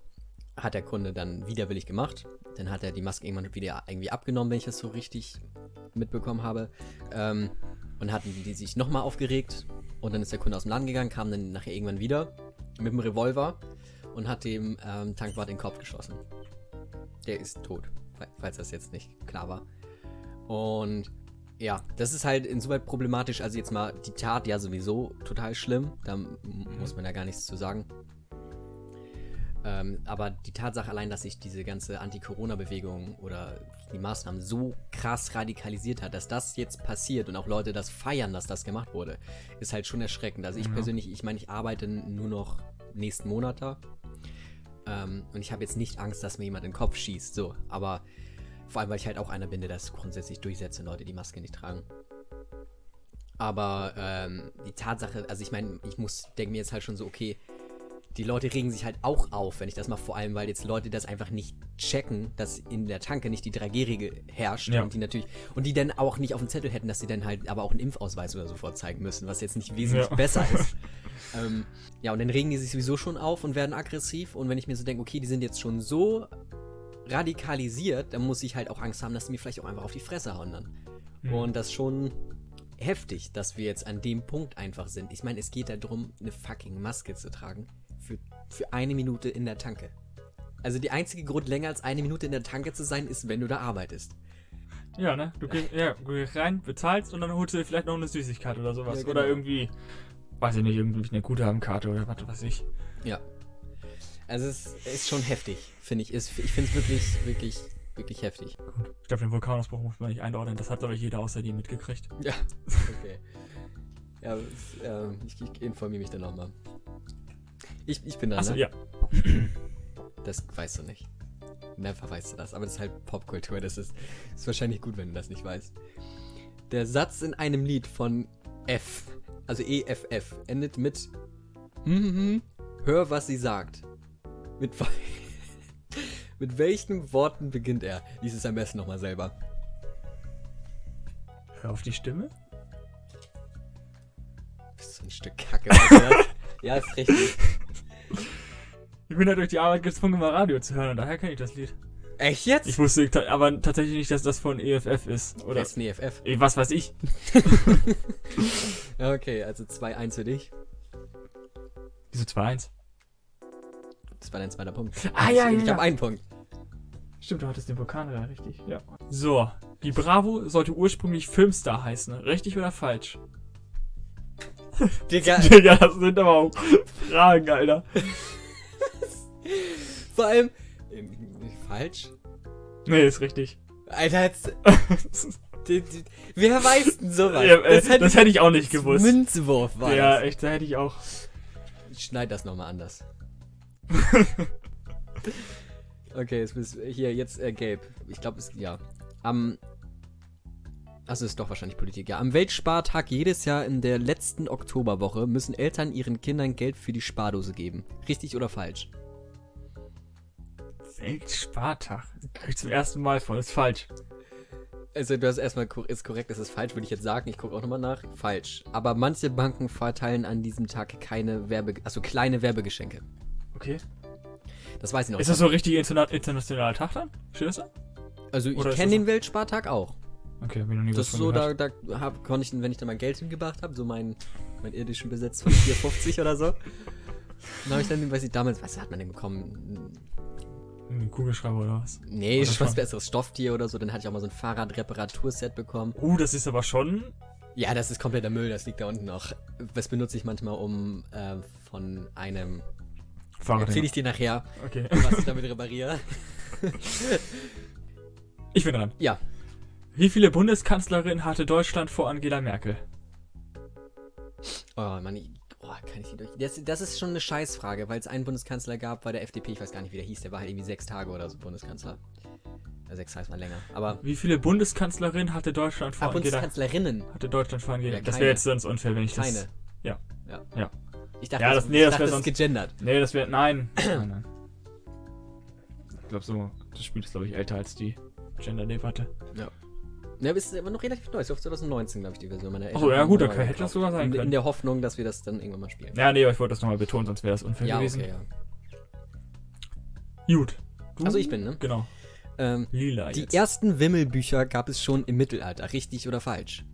hat der Kunde dann widerwillig gemacht. Dann hat er die Maske irgendwann wieder irgendwie abgenommen, wenn ich das so richtig mitbekommen habe. Ähm, und hatten die sich nochmal aufgeregt und dann ist der Kunde aus dem Laden gegangen, kam dann nachher irgendwann wieder mit dem Revolver und hat dem ähm, Tankwart in den Kopf geschossen. Der ist tot, fa- falls das jetzt nicht klar war. Und ja, das ist halt insoweit problematisch. Also jetzt mal die Tat ja sowieso total schlimm. Da m- muss man ja gar nichts zu sagen. Ähm, aber die Tatsache allein, dass sich diese ganze Anti-Corona-Bewegung oder die Maßnahmen so krass radikalisiert hat, dass das jetzt passiert und auch Leute das feiern, dass das gemacht wurde, ist halt schon erschreckend. Also ich Ja. persönlich, ich meine, ich arbeite nur noch nächsten Monat da. Ähm, und ich habe jetzt nicht Angst, dass mir jemand in den Kopf schießt. So, aber vor allem, weil ich halt auch einer bin, der das grundsätzlich durchsetzt und Leute die Maske nicht tragen. Aber ähm, die Tatsache, also ich meine, ich muss, denke mir jetzt halt schon so, okay, die Leute regen sich halt auch auf, wenn ich das mache, vor allem, weil jetzt Leute das einfach nicht checken, dass in der Tanke nicht die 3G-Regel herrscht Ja. und die natürlich und die dann auch nicht auf dem Zettel hätten, dass sie dann halt aber auch einen Impfausweis oder so vorzeigen müssen, was jetzt nicht wesentlich Ja. (laughs) besser ist. ähm, ja, und dann regen die sich sowieso schon auf und werden aggressiv und wenn ich mir so denke, okay, die sind jetzt schon so radikalisiert, dann muss ich halt auch Angst haben, dass sie mir vielleicht auch einfach auf die Fresse hauen dann. Und das ist schon heftig, dass wir jetzt an dem Punkt einfach sind. Ich meine, es geht darum, eine fucking Maske zu tragen für, für eine Minute in der Tanke. Also die einzige Grund, länger als eine Minute in der Tanke zu sein, ist, wenn du da arbeitest. Ja, ne? Du gehst, ja, du gehst rein, bezahlst und dann holst du dir vielleicht noch eine Süßigkeit oder sowas. Ja, genau. Oder irgendwie, weiß ich nicht, irgendwie eine Guthabenkarte oder was weiß ich. Ja. Also es ist schon heftig, finde ich. Es- Ich finde es wirklich, wirklich, wirklich heftig. Ich glaube, den Vulkanausbruch muss man nicht einordnen. Das hat, glaube ich, jeder außer dir mitgekriegt. Ja. Okay. Ja, es, ähm, ich, ich informiere mich dann nochmal. Ich, ich bin dran. Achso, ne? ja. Das weißt du nicht. Never weißt du das, aber das ist halt Popkultur. Das ist, ist wahrscheinlich gut, wenn du das nicht weißt. Der Satz in einem Lied von F, also EFF, endet mit mhm, Hör, was sie sagt. Mit, we- (laughs) mit welchen Worten beginnt er? Lies es am besten nochmal selber. Hör auf die Stimme. Bist du ein Stück Kacke, weißt du das? Ja, ist richtig. Ich bin halt durch die Arbeit gezwungen, mal Radio zu hören und daher kenne ich das Lied. Echt jetzt? Ich wusste ta- aber tatsächlich nicht, dass das von EFF ist. Oder Das ist ein EFF. Eh, was weiß ich. Ja, Okay, also 2-1 für dich. Wieso 2-1? Das war dein zweiter Punkt. Ah, ja, ich ja, ich ja. habe einen Punkt. Stimmt, du hattest den Vulkan da, richtig. Ja. So, die Bravo sollte ursprünglich Filmstar heißen. Richtig oder falsch? (laughs) Digga, Digga, das sind aber auch Fragen, Alter. Vor allem. Ähm, Falsch? Nee, ist richtig. (laughs) Alter, jetzt, ja, d- d- wer weiß denn sowas? äh, das, hätte ich auch nicht das gewusst. Münzwurf war Ja, das. echt, da hätte ich auch. Ich schneid das nochmal (laughs) anders. okay, jetzt bist hier, jetzt äh, gelb. Ich glaube, es, ja. Am. Also ist doch wahrscheinlich Politik, ja. Am Weltspartag jedes Jahr in der letzten Oktoberwoche müssen Eltern ihren Kindern Geld für die Spardose geben. Richtig oder falsch? Weltspartag. Krieg ich zum ersten Mal von, ist falsch. Also du hast erstmal, kor- ist korrekt, es ist falsch, würde ich jetzt sagen. Ich gucke auch nochmal nach. Falsch. Aber manche Banken verteilen an diesem Tag keine Werbe, also kleine Werbegeschenke. Okay. Das weiß ich noch. Ist das so richtig interna internationaler Tag dann? Steht das da? also ich oder ist kenne das- den Weltspartag auch. Okay, hab ich noch nie Das ist was von so, gehört. da, da hab, konnte ich, wenn ich da mal Geld hingebracht habe, so meinen mein irdischen Besitz von 4,50 oder so. Dann habe ich dann, weiß ich, damals, was hat man denn bekommen? Ein Kugelschreiber oder was? Nee, Oder was Schwamm. besseres Stofftier oder so. Dann hatte ich auch mal so ein Fahrradreparaturset bekommen. Oh, das ist aber schon. Ja, das ist kompletter Müll, das liegt da unten noch. Was benutze ich manchmal, um äh, von einem. Fahrrad. Erzähl ich dir nachher, Okay. was ich damit repariere. (laughs) Ich bin dran. Ja. Wie viele Bundeskanzlerinnen hatte Deutschland vor Angela Merkel? Oh Mann, ich, oh, kann ich die durch. Das, das ist schon eine Scheißfrage, weil es einen Bundeskanzler gab bei der FDP, ich weiß gar nicht, wie der hieß, der war halt irgendwie sechs Tage oder so Bundeskanzler. Ja, sechs Tage ist mal länger. Aber. Wie viele Bundeskanzlerinnen hatte Deutschland vor Ah, Angela? Bundeskanzlerinnen. Hatte Deutschland vor Angela? Ja, das keine. wäre jetzt sonst unfair, wenn ich das. Keine. ja. Ja. Ja. Ich dachte, Ja, das- nee, ich das dachte, wär ist sonst- gegendert. Nee, das wäre. (clears throat) Nein. nein, nein. Ich glaube so, das Spiel ist, glaube ich, älter als die Gender-Debatte. Ja, aber es ist immer noch relativ neu. Ich glaube, 2019, glaube ich, die Version meiner Achso, Oh, ja gut, da Eltern haben wir hätte das sogar sein in, in können. der Hoffnung, dass wir das dann irgendwann mal spielen. Ja, nee, aber ich wollte das nochmal betonen, sonst wäre das unfair gewesen. ja. Gut. Du? Also ich bin, ne? Genau. Ähm, Lila die jetzt. ersten Wimmelbücher gab es schon im Mittelalter, richtig oder falsch?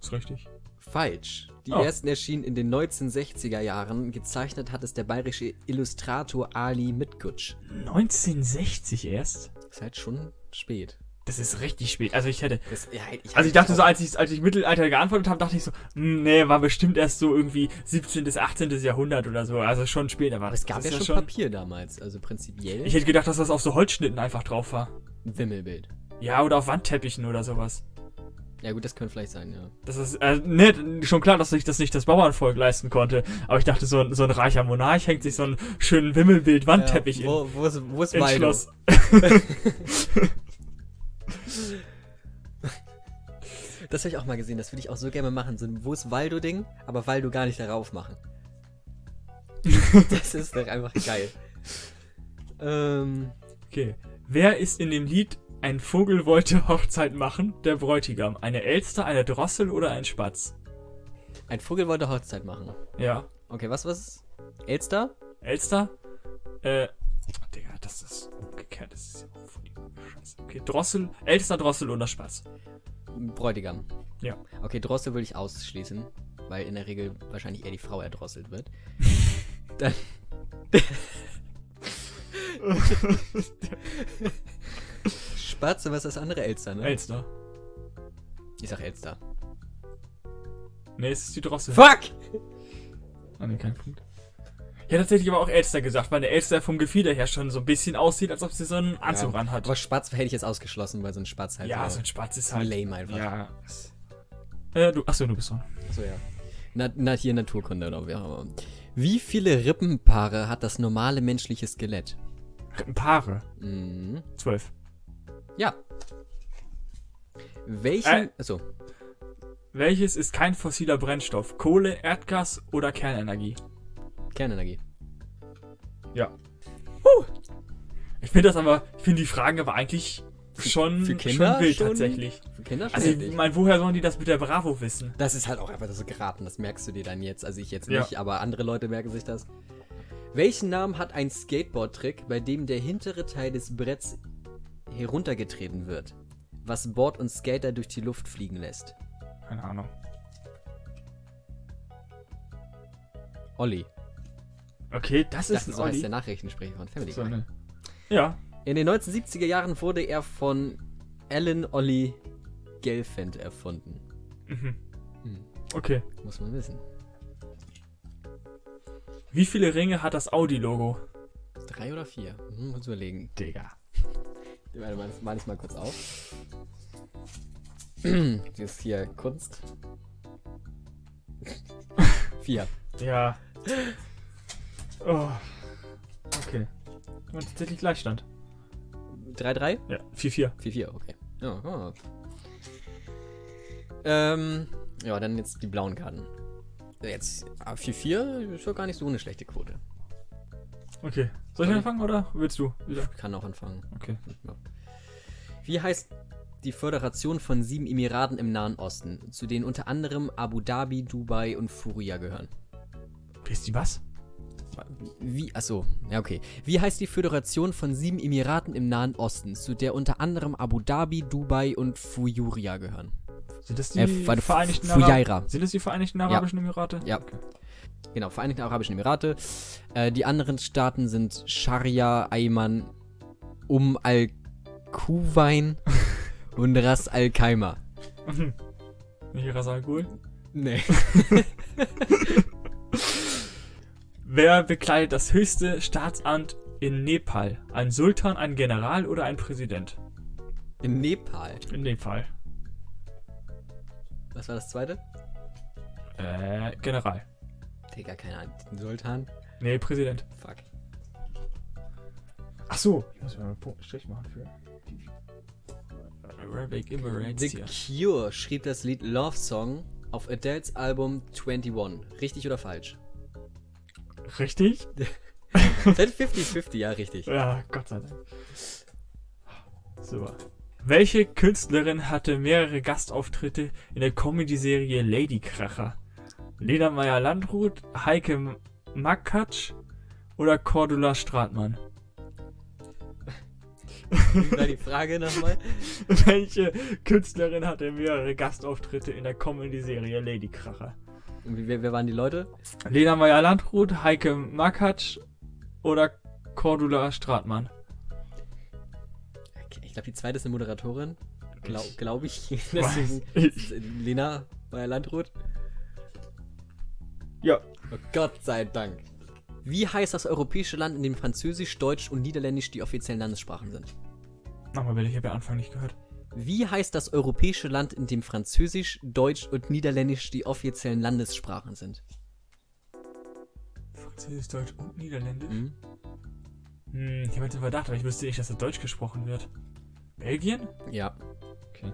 Ist richtig. Falsch. Die Oh. ersten erschienen in den 1960er Jahren. Gezeichnet hat es der bayerische Illustrator Ali Mitkutsch. 1960 erst? Ist halt schon spät. Das ist richtig spät. Also ich hätte. Das, ja, halt, ich, Also ich dachte so, als ich, als ich Mittelalter geantwortet habe, dachte ich so, "Hm, nee, war bestimmt erst so irgendwie 17. bis 18. Jahrhundert oder so. Also schon später war Aber das. es gab das ja ist schon Papier damals, also prinzipiell Ich hätte gedacht, dass das auf so Holzschnitten einfach drauf war. ein Wimmelbild. Ja, oder auf Wandteppichen oder sowas. Ja gut, das könnte vielleicht sein, ja. Das ist, äh, ne, schon klar, dass sich das nicht das Bauernvolk leisten konnte. Aber ich dachte, so, ein- so ein reicher Monarch hängt sich so einen schönen Wimmelbild-Wandteppich ja, wo, wo ist, wo ist in, ins Waldo? Schloss. Das habe ich auch (laughs) mal gesehen, das würde ich auch so gerne mal machen. So ein Wo ist Waldo-Ding, aber Waldo gar nicht darauf machen. Das ist doch einfach geil. Ähm, Okay. Wer ist in dem Lied Ein Vogel wollte Hochzeit machen? Der Bräutigam. Eine Elster, eine Drossel oder ein Spatz? ein Vogel wollte Hochzeit machen. Ja. Okay, was, was? ist- Elster? Elster? Äh. Digga, das ist umgekehrt. Das ist ja auch von ihm. Scheiße. Okay, Drossel. Elster, Drossel oder Spatz? Bräutigam. Ja. Okay, Drossel würde ich ausschließen, weil in der Regel wahrscheinlich eher die Frau (laughs) erdrosselt wird. Dann. Spatz, und was ist das andere Elster, ne? Elster. Ich sag Elster. Nee, es ist die Drossel. Fuck! Ah, nee, kein Punkt. Ich hätte tatsächlich aber auch Elster gesagt, weil eine Elster vom Gefieder her schon so ein bisschen aussieht, als ob sie so einen Anzug Ja. ranhat. Aber Spatz hätte ich jetzt ausgeschlossen, weil so ein Spatz halt. ja, so so ein Spatz ist so halt. lame einfach. Ja. Äh, du, achso, du bist dran. So, ja. Na, na hier Naturkunde oder wie auch immer. Wie viele Rippenpaare hat das normale menschliche Skelett? Paare. Mhm. Zwölf. Ja. Äh. Welchen. Achso. Welches ist kein fossiler Brennstoff? Kohle, Erdgas oder Kernenergie? Kernenergie. Ich finde das aber, ich finde die Fragen aber eigentlich schon, für Kinder schon wild schon? tatsächlich. Für Kinder Also schon. ich nicht. meine, woher sollen die das mit der Bravo wissen? das ist halt auch einfach so geraten, das merkst du dir dann jetzt. Also ich jetzt Ja. nicht, aber andere Leute merken sich das. Welchen Namen hat ein Skateboard-Trick, bei dem der hintere Teil des Bretts heruntergetreten wird, was Board und Skater durch die Luft fliegen lässt? Keine Ahnung. Olli. Okay, das Das ist ein so heißt der Olli. Nachrichtensprecher von Family So, Guy. ne. Ja, In den 1970er Jahren wurde er von Alan Olli Gelfand erfunden. okay. Muss man wissen. Wie viele Ringe hat das Audi-Logo? Drei oder vier? Hm, muss überlegen. Digga. Warte mal, das male ich mal kurz auf. (clears throat) Dieses hier Kunst. (laughs) Vier. Ja. Oh. Okay. Und tatsächlich Gleichstand. 3-3? Ja, 4-4. 4-4, okay. Ja, ah. Ähm, ja, dann jetzt die blauen Karten. Jetzt ah, 4-4 ist ja gar nicht so eine schlechte Quote. Okay. Soll ich Olli. anfangen oder willst du? Wieder. Kann auch anfangen. Okay. Ja. Wie heißt die Föderation von sieben Emiraten im Nahen Osten, zu denen unter anderem Abu Dhabi, Dubai und Furia gehören? Wisst ihr was? Wie, achso, ja, okay. Wie heißt die Föderation von sieben Emiraten im Nahen Osten, zu der unter anderem Abu Dhabi, Dubai und Fuyuria gehören? Sind das die Äh, warte, Vereinigten Fu- Arabischen Fujairah. Sind das die Vereinigten Arabischen Emirate? (laughs) Ja. Okay. Genau, Vereinigte Arabischen Emirate. Äh, die anderen Staaten sind Scharia, Ayman, Um (laughs) al-Kuwain und Ras al-Khaimah. Mhm. Hier Ras Al Ghul. Nee. Wer bekleidet das höchste Staatsamt in Nepal? Ein Sultan, ein General oder ein Präsident? In Nepal. In Nepal. Was war das zweite? Äh, General. Digga, keine Ahnung. Sultan? Nee, Präsident. Fuck. Ach so. Ich muss mir mal einen Punkt- Strich machen für. die Arabic Emirates The hier. Cure schrieb das Lied Love Song auf Adele's Album 21. Richtig oder (laughs) falsch? Richtig? Seit 50-50, ja, richtig. Ja, Gott sei Dank. Super. Welche Künstlerin hatte mehrere Gastauftritte in der Comedy-Serie Ladykracher? Lena Meyer-Landrut, Heike Makatsch oder Cordula Stratmann? (laughs) Da die Frage nochmal. Welche Künstlerin hatte mehrere Gastauftritte in der Comedy-Serie Ladykracher? Und wie- Wer, wer waren die Leute? Lena Meyer-Landrut, Heike Makatsch oder Cordula Stratmann? Okay, Ich glaube, die zweite ist eine Moderatorin. Glaube (laughs) glaub ich. weiß Deswegen ich. ist es Lena Meyer Landrut. Ja. Oh, Gott sei Dank. Wie heißt das europäische Land, in dem Französisch, Deutsch und Niederländisch die offiziellen Landessprachen sind? Nochmal bitte, ich habe ja Anfang nicht gehört. Wie heißt das europäische Land, in dem Französisch, Deutsch und Niederländisch die offiziellen Landessprachen sind? Französisch, Deutsch und Niederländisch? Hm? Hm, ich habe jetzt den Verdacht, aber ich wüsste nicht, dass das Deutsch gesprochen wird. Belgien? Ja. Okay.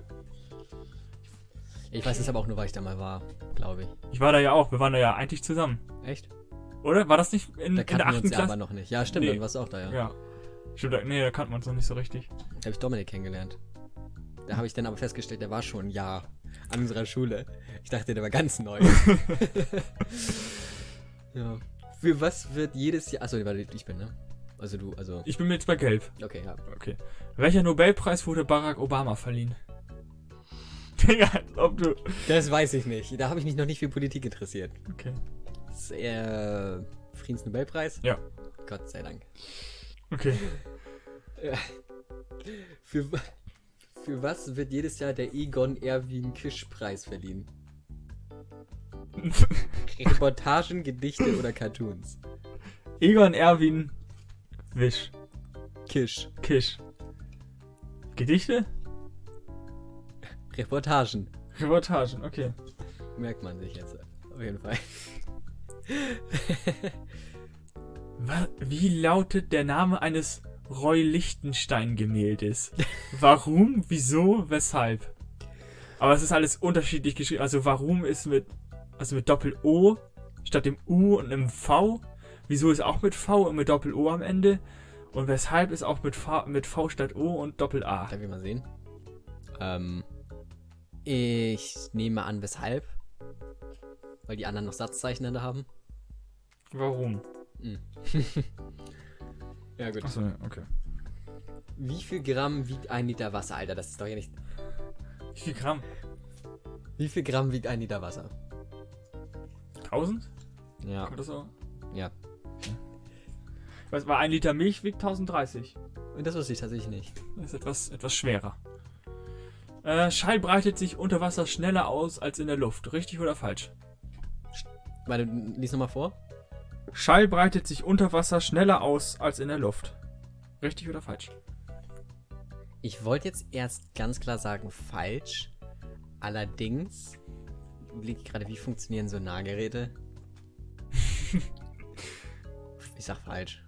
Ich weiß es aber auch nur, weil ich da mal war, glaube ich. Ich war da ja auch, wir waren da ja eigentlich zusammen. Echt? Oder? War das nicht in, Da in kannten der wir uns 8. ja aber Klasse? noch nicht. Ja, stimmt, Nee. dann warst du auch da, ja. Ja. Stimmt, da- nee, da kannte man es noch nicht so richtig. Da habe ich Dominik kennengelernt. Da habe ich dann aber festgestellt, der war schon ein Jahr an unserer Schule. Ich dachte, der war (laughs) ganz neu. ja. Für was wird jedes Jahr. Achso, warte, ich bin, ne? Also du, also. Ich bin mir jetzt bei Gelb. Okay, ja. Okay. Welcher Nobelpreis wurde Barack Obama verliehen? (laughs) Digga, als ob du. Das weiß ich nicht. Da habe ich mich noch nicht für Politik interessiert. Okay. Das, äh, Friedensnobelpreis? Ja. Gott sei Dank. Okay. Für, wa- (laughs) für was wird jedes Jahr der Egon Erwin Kisch-Preis verliehen? (laughs) Reportagen, Gedichte oder Cartoons? Egon Erwin Wisch. Kisch. Kisch. Gedichte? Reportagen. Reportagen, okay. Merkt man sich jetzt. Auf jeden Fall. Wa- Wie lautet der Name eines Roy Lichtenstein-Gemäldes? Warum, wieso, weshalb? Aber es ist alles unterschiedlich geschrieben. Also warum ist mit, also mit Doppel-O statt dem U und einem V. Wieso ist auch mit V und mit Doppel-O am Ende. Und weshalb ist auch mit V, mit v statt O und Doppel-A. Darf ich mal sehen? Ähm. Ich nehme an, weshalb? Weil die anderen noch Satzzeichen da haben? Warum? Hm. ja, gut. Achso, okay. Wie viel Gramm wiegt ein Liter Wasser, Alter? Das ist doch ja nicht. Wie viel Gramm? Wie viel Gramm wiegt ein Liter Wasser? 1000? Ja. Kommt das auch? Ja. Ich weiß, weil ein Liter Milch wiegt 1030. Und das wusste ich tatsächlich nicht. Das ist etwas, etwas schwerer. Äh, Schall breitet sich unter Wasser schneller aus als in der Luft. Richtig oder falsch? Warte, lies nochmal vor. Schall breitet sich unter Wasser schneller aus als in der Luft. Richtig oder falsch? Ich wollte jetzt erst ganz klar sagen, falsch. Allerdings überlege ich gerade, wie funktionieren so (laughs) Nahgeräte? ich sag falsch.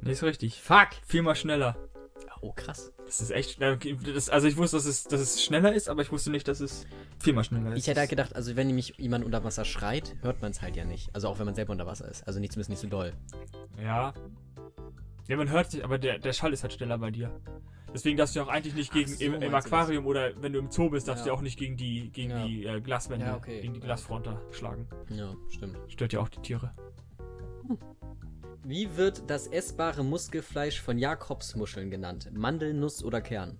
Nee, ist richtig. Fuck! Viermal schneller. Oh, krass. Das ist echt schnell. Okay, Das, also ich wusste, dass es, dass es schneller ist, aber ich wusste nicht, dass es viermal schneller ist. Ich hätte halt gedacht, also wenn nämlich jemand unter Wasser schreit, hört man es halt ja nicht. Also auch wenn man selber unter Wasser ist. Also nicht zumindest nicht so doll. Ja. Ja, man hört sich, aber der, der Schall ist halt schneller bei dir. Deswegen darfst du ja auch eigentlich nicht Ach gegen so, im, meinst im du das? Aquarium oder wenn du im Zoo bist, darfst Ja. du ja auch nicht gegen die gegen Ja. die äh, Glaswände, Ja, okay. gegen die Ja. Glasfront da schlagen. Ja, stimmt. Stört ja auch die Tiere. Wie wird das essbare Muskelfleisch von Jakobsmuscheln genannt? Mandelnuss oder Kern?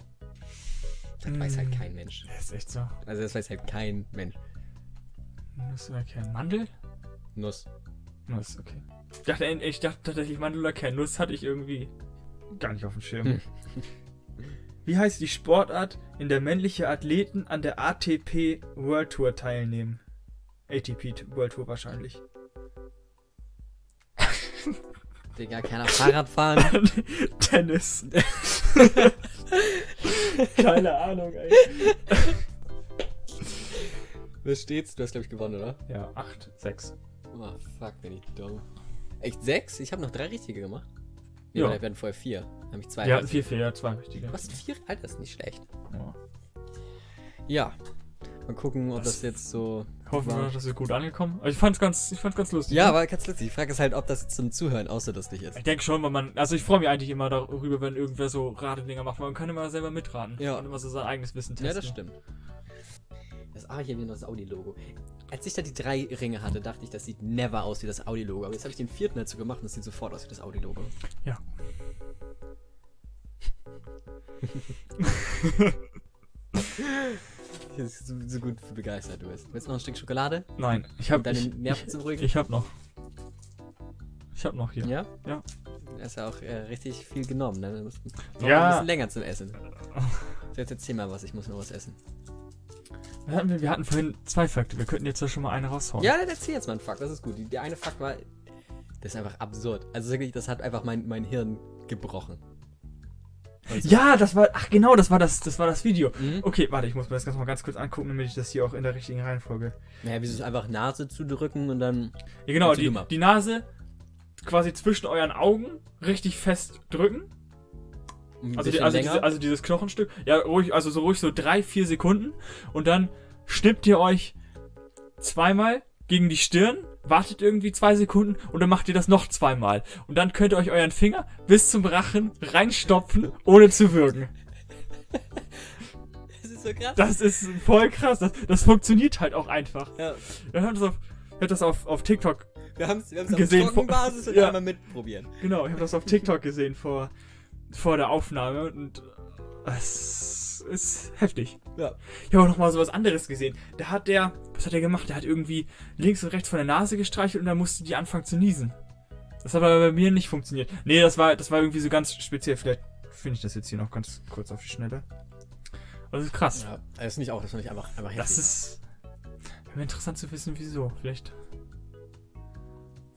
Das weiß halt Mm. kein Mensch. Das ist echt so. Also das weiß halt kein Mensch. Nuss oder Kern. Mandel? Nuss. Nuss, okay. Ich dachte, ich dachte tatsächlich Mandel oder Kern. Nuss hatte ich irgendwie gar nicht auf dem Hm. Schirm. Wie heißt die Sportart, in der männliche Athleten an der ATP World Tour teilnehmen? ATP World Tour wahrscheinlich. Digga, keiner Fahrrad fahren. (laughs) Tennis. (laughs) Keine Ahnung, ey. Was steht's? Du hast, glaube ich, gewonnen, oder? Ja, 8, 6. Oh, fuck, bin ich dumm. Echt sechs? Ich habe noch drei richtige gemacht. Nee, Ja. ja. werden vorher vier. Dann hab ich zwei. Ja, richtig. 4, 4, ja, zwei richtige. Was? Vier? Alter, ist nicht schlecht. Ja. Ja. Mal gucken, ob Das- das, jetzt so. Hoffen wir, dass wir gut angekommen. Aber ich fand's ganz, ich fand's ganz lustig. Ja, aber ganz lustig. Die Frage ist halt, ob das jetzt zum Zuhören auch so lustig ist. Ich denke schon, weil man. Also ich freue mich eigentlich immer darüber, wenn irgendwer so Radedinger macht, weil man kann immer selber mitraten. Ja. Und immer so sein eigenes Wissen testen. Ja, das stimmt. Das A hier wieder das Audi-Logo. Als ich da die drei Ringe hatte, dachte ich, das sieht never aus wie das Audi-Logo. Aber jetzt habe ich den vierten dazu gemacht und das sieht sofort aus wie das Audi-Logo. (laughs) Ja. Das ist so, so gut, wie begeistert du bist. Willst du noch ein Stück Schokolade? um Nein, ich hab. Deine ich, Nerven ich, zu beruhigen? Ich hab noch. Ich hab noch hier. Ja? Ja. Du hast ja auch äh, richtig viel genommen. Ne? Du musst brauchst noch Ja. ein bisschen länger (laughs) zum Essen. So, jetzt erzähl mal was, ich muss noch was essen. Wir, hatten, wir hatten vorhin zwei Fakte. Wir könnten jetzt ja schon mal einen raushauen. Ja, dann erzähl jetzt mal einen Fakt, das ist gut. Die- Der eine Fakt war, das ist einfach absurd. Also wirklich, das hat einfach mein, mein Hirn gebrochen. Ja, das war. Ach genau, das war das, das war das Video. Mhm. Okay, warte, ich muss mir das ganz mal ganz kurz angucken, damit ich das hier auch in der richtigen Reihenfolge. Naja, wieso ist einfach Nase zudrücken und dann. Ja, genau, Also, du die, mal. die Nase quasi zwischen euren Augen richtig fest drücken. Ein Also, die, bisschen also, länger. diese, also dieses Knochenstück. Ja, ruhig, also so ruhig so drei, vier Sekunden. Und dann schnippt ihr euch zweimal gegen die Stirn wartet irgendwie zwei Sekunden und dann macht ihr das noch zweimal. Und dann könnt ihr euch euren Finger bis zum Rachen reinstopfen, ohne zu würgen. Das ist so krass. Das ist voll krass. Das, das funktioniert halt auch einfach. Ja, Wir haben das auf, ich hab das auf, auf TikTok. wir haben es wir haben's auf Gesehen vor- Trockenbasis und Ja. einmal mitprobieren. Genau, ich habe das auf TikTok gesehen vor, vor der Aufnahme und äh, es ist heftig. Ja. Ich habe auch noch mal sowas anderes gesehen. Da hat der, was hat er gemacht? Der hat irgendwie links und rechts von der Nase gestreichelt und dann musste die anfangen zu niesen. Das hat aber bei mir nicht funktioniert. Nee, das war, das war irgendwie so ganz speziell. Vielleicht finde ich das jetzt hier noch ganz kurz auf die Schnelle. Aber Das ist krass. Ja, das finde ich auch, das finde ich einfach, einfach Das ist wäre interessant zu wissen, wieso. Vielleicht.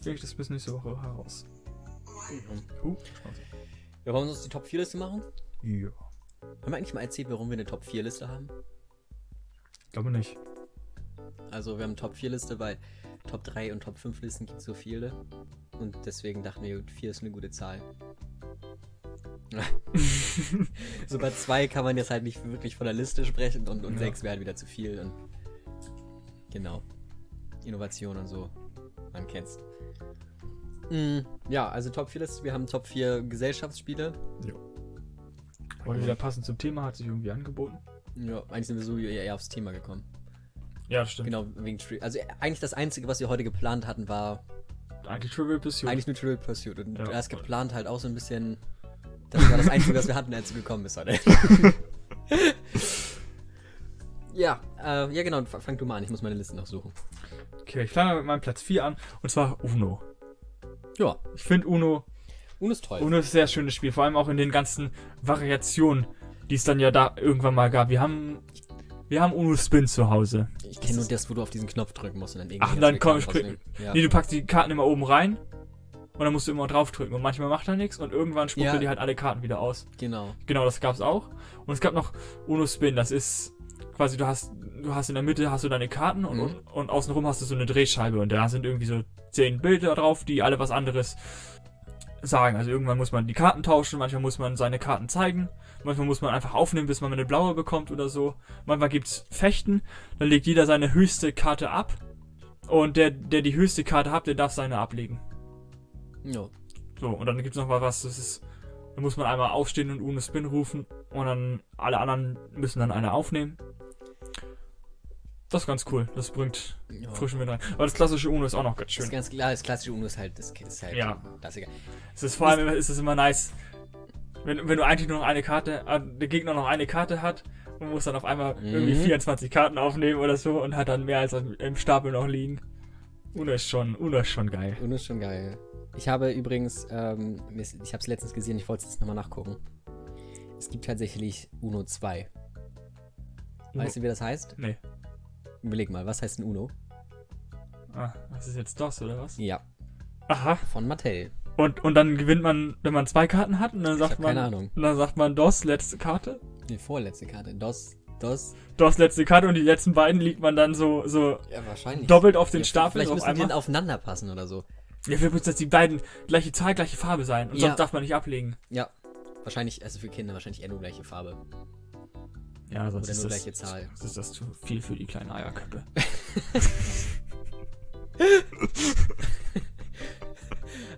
Vielleicht das bis nächste Woche heraus. Uh, Schnauze. Wir wollen uns die Top 4 Liste machen. ja. Haben wir eigentlich mal erzählt, warum wir eine Top 4 Liste haben? Glaube nicht. Also wir haben Top 4 Liste, weil Top 3 und Top 5 Listen gibt es so viele. Und deswegen dachten wir, 4 ist eine gute Zahl. so bei 2 kann man jetzt halt nicht wirklich von der Liste sprechen und, und Ja. 6 wäre halt wieder zu viel. Und genau. Innovation und so. Man kennt's. Mm, ja, also Top 4 Liste. Wir haben Top 4 Gesellschaftsspiele. Wollte wieder passend zum Thema, hat sich irgendwie angeboten. Ja, eigentlich sind wir so eher aufs Thema gekommen. Ja, das stimmt. Genau, wegen Tri Also eigentlich das Einzige, was wir heute geplant hatten, war Genau. Eigentlich Trivial Pursuit. Eigentlich nur Trivial Pursuit. Und Ja. du hast geplant halt auch so ein bisschen. Das war das Einzige, was wir hatten, als du gekommen (laughs) bist heute. ja, äh, ja genau, fang fang du mal an, ich muss meine Liste noch suchen. Okay, ich fange mal mit meinem Platz 4 an. Und zwar Uno. Ja, Ich finde Uno, Uno ist toll. Uno ist ein sehr schönes Spiel. Vor allem auch in den ganzen Variationen, die es dann ja da irgendwann mal gab. Wir haben, wir haben Uno Spin zu Hause. ich kenne nur das, wo du auf diesen Knopf drücken musst und dann irgendwie. Ach, dann erst komm, eine ich Karte spring- rausnehmen. Ja. Nee, du packst die Karten immer oben rein und dann musst du immer draufdrücken und manchmal macht er nichts und irgendwann spuckt Ja. er dir halt alle Karten wieder aus. Genau. Genau, das gab's auch. Und es gab noch Uno Spin, das ist quasi du hast du hast in der Mitte hast du deine Karten und, Mhm. und, und außenrum hast du so eine Drehscheibe und da sind irgendwie so zehn Bilder drauf, die alle was anderes sagen. Also irgendwann muss man die Karten tauschen, manchmal muss man seine Karten zeigen, manchmal muss man einfach aufnehmen, bis man eine blaue bekommt oder so. Manchmal gibt's Fechten, dann legt jeder seine höchste Karte ab und der der die höchste Karte hat, der darf seine ablegen. No. So, und dann gibt's noch mal was, das ist, da muss man einmal aufstehen und Uno Spin rufen und dann alle anderen müssen dann eine aufnehmen. Das ist ganz cool, das bringt Ja. frischen Wind rein. Aber das klassische Uno ist auch noch ganz Das schön. ist ganz klar, das klassische Uno ist halt, das ist halt Ja. Klassiker. Es ist vor allem ist es immer nice, wenn, wenn du eigentlich nur noch eine Karte, äh, der Gegner noch eine Karte hat und muss dann auf einmal irgendwie Mhm. 24 Karten aufnehmen oder so und hat dann mehr als im Stapel noch liegen. Uno ist schon, Uno ist schon geil. Uno ist schon geil. Ich habe übrigens, ähm, mir ist- ich habe es letztens gesehen, ich wollte es jetzt nochmal nachgucken. Es gibt tatsächlich Uno 2. Uno- Weißt du, wie das heißt? Nee. Überleg mal, was heißt ein Uno? Ah, das ist jetzt DOS oder was? Ja, Aha. von Mattel. Und, und dann gewinnt man, wenn man zwei Karten hat, und dann Ich sagt habe man. keine Ahnung. Und dann sagt man DOS, letzte Karte. Die vorletzte Karte. DOS, DOS. DOS, letzte Karte und die letzten beiden liegt man dann so, so Ja, wahrscheinlich. doppelt auf den Ja, Stapel Vielleicht auf müssen die einmal. dann aufeinander passen oder so. Ja, wir müssen, dass die beiden gleiche Zahl, gleiche Farbe sein. Und Ja. sonst darf man nicht ablegen. Ja. Wahrscheinlich, also für Kinder wahrscheinlich eher nur gleiche Farbe. Ja, sonst Oder nur gleiche Zahl. sonst ist das zu viel für die kleinen Eierköpfe.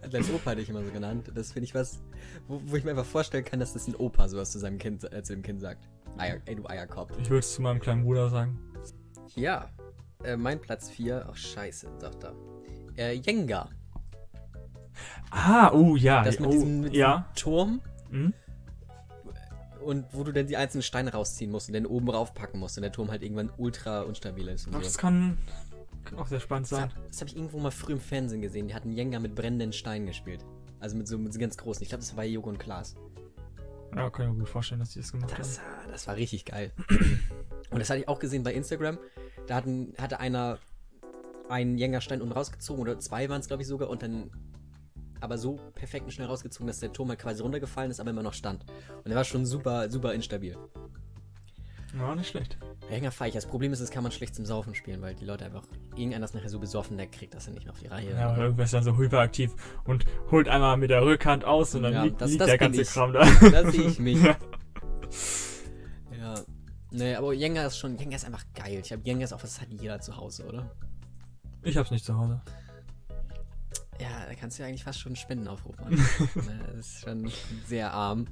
Hat Als Opa hatte ich immer so genannt. Das finde ich was, wo, wo ich mir einfach vorstellen kann, dass das ein Opa sowas zu seinem Kind, äh, zu dem Kind sagt. Eier, ey, du Eierkorb. Ich würde es zu meinem kleinen Bruder sagen. Ja. Äh, mein Platz 4. Ach, scheiße, sagt er. Äh, Jenga. Ah, oh ja. Das mit oh, diesem, mit ja. diesem Turm. Hm? Und wo du dann die einzelnen Steine rausziehen musst und dann oben raufpacken musst und der Turm halt irgendwann ultra unstabil ist. Und Ach, so. das kann, kann auch sehr spannend Das sein. hab- Das habe ich irgendwo mal früh im Fernsehen gesehen. Die hatten Jenga mit brennenden Steinen gespielt. Also mit so, mit so ganz großen. Ich glaube, das war bei Joko und Klaas. Ja, kann ich mir gut vorstellen, dass die das gemacht Das, war- das war richtig geil. Und das hatte ich auch gesehen bei Instagram. Da hatten, hatte einer einen Jenga-Stein unten rausgezogen, oder zwei waren es, glaube ich, sogar, und dann aber so perfekt und schnell rausgezogen, dass der Turm halt quasi runtergefallen ist, aber immer noch stand. Und der war schon super, super instabil. haben. Ja, nicht schlecht. Jenga fahre ich. Das Problem ist, das kann man schlecht zum Saufen spielen, weil die Leute einfach irgendeiner ist nachher so besoffen, der kriegt das dann nicht mehr auf die Reihe. Ja, (laughs) aber irgendwer ist dann so hyperaktiv und holt einmal mit der Rückhand aus und dann Ja, liegt, das- liegt das der bin ganze ich. Kram da. Da sehe ich mich. (laughs) Ja. Ja. Nee, aber Jenga ist schon, Jenga ist einfach geil. Ich glaube, Jenga ist auch, was das hat jeder zu Hause, oder? Ich hab's nicht zu Hause. Ja, da kannst du ja eigentlich fast schon einen Spendenaufruf machen. Ne, das ist schon sehr arm.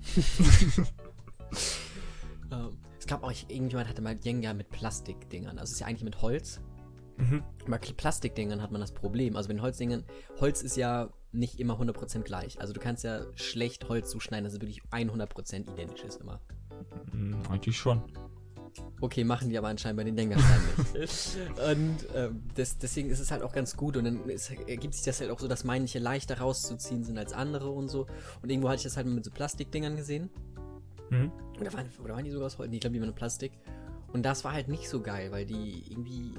ähm, es gab auch, irgendjemand hatte mal Jenga mit Plastikdingern. Also es ist ja eigentlich mit Holz. Mhm. Bei Kl- Plastikdingern hat man das Problem. Also bei den Holzdingern, Holz ist ja nicht immer 100% gleich. Also du kannst ja schlecht Holz zuschneiden, dass es wirklich 100% identisch ist immer. Hm, eigentlich schon. Okay, machen die aber anscheinend bei den Denkersteinen (laughs) nicht. und ähm, das, deswegen ist es halt auch ganz gut. Und dann ist, ergibt sich das halt auch so, dass manche leichter rauszuziehen sind als andere und so. Und irgendwo hatte ich das halt mal mit so Plastikdingern gesehen. Mhm. Oder waren, oder waren die sogar aus Holz? Nee, Ich glaube, die waren in Plastik. Und das war halt nicht so geil, weil die irgendwie.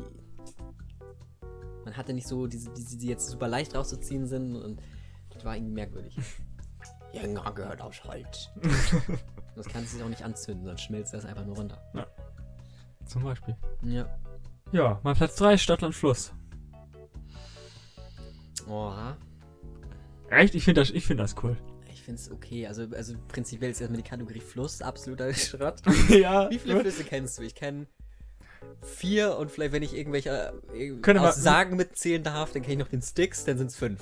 Man hatte nicht so diese, diese die jetzt super leicht rauszuziehen sind. Und das war irgendwie merkwürdig. (laughs) Jünger gehört aus Holz. (laughs) das kannst du auch nicht anzünden, sonst schmilzt das einfach nur runter. Zum Beispiel. Ja. Ja, mein Platz 3, Stadtland Fluss. Oha. Echt? Ich finde das, ich find das cool. Ich find's okay. Also, also prinzipiell ist erstmal die Kategorie Fluss absoluter (laughs) Schrott. (laughs) ja. Wie viele Flüsse kennst du? Ich kenne vier und vielleicht, wenn ich irgendwelche äh, Können wir- aus Sagen mitzählen darf, dann kenne ich noch den Sticks, dann sind's fünf.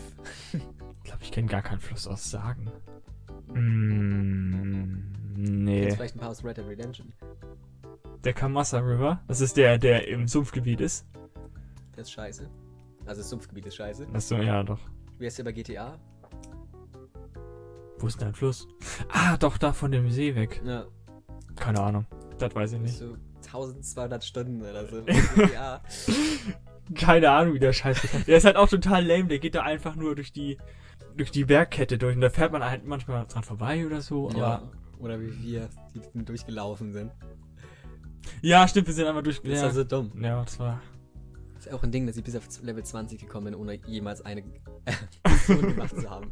Ich glaube, ich kenne gar keinen Fluss aus Sagen. Hm, Mm, Kennst nee. vielleicht ein paar aus Red Dead Redemption. Der Kamasa River, das ist der, der im Sumpfgebiet ist. Das ist scheiße. Also das Sumpfgebiet ist scheiße. Das ist so, ja, doch. Wie heißt der bei GTA? Wo ist denn ein Fluss? Ah, doch, da von dem See weg. Ja, Keine Ahnung. Das weiß ich nicht. so 1200 Stunden oder (laughs) so. bei GTA. Keine Ahnung, wie der Scheiß ist. Der ist halt auch total lame. Der geht da einfach nur durch die, durch die Bergkette durch. Und da fährt man halt manchmal dran vorbei oder so. Aber ja. ja. Oder wie wir, die durchgelaufen sind. stimmt, wir sind einmal durch. Das Ja, war so dumm. ja das war. Ist auch ein Ding, dass ich bis auf Level 20 gekommen bin, ohne jemals eine (laughs) Aktion gemacht zu haben.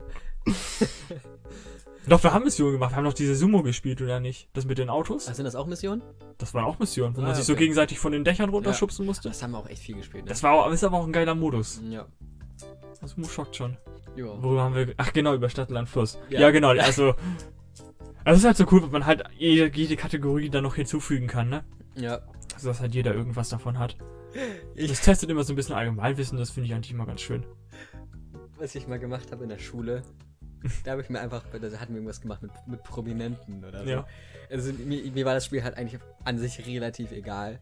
Doch, wir haben Missionen gemacht. Wir haben doch diese Sumo gespielt, oder nicht? Das mit den Autos? Ach, Also sind das auch Missionen? Das waren auch Missionen, wo man Ah, sich so okay. gegenseitig von den Dächern runterschubsen musste. Das haben wir auch echt viel gespielt. Ne? Das war auch, ist aber auch ein geiler Modus. ja. Das schockt schon. Jo. Worüber haben wir. ge- Ach, genau, über Stadt, Land, Fluss. Ja, Ja. genau, also. Es ist halt so cool, weil man halt jede, jede Kategorie dann noch hinzufügen kann, ne? Ja. Also, dass halt jeder irgendwas davon (laughs) hat. Ich- das testet immer so ein bisschen Allgemeinwissen, das finde ich eigentlich immer ganz schön. Was ich mal gemacht habe in der Schule, da habe ich mir einfach, da hatten wir irgendwas gemacht mit, mit Prominenten oder so. Ja. Also mir, mir war das Spiel halt eigentlich an sich relativ egal.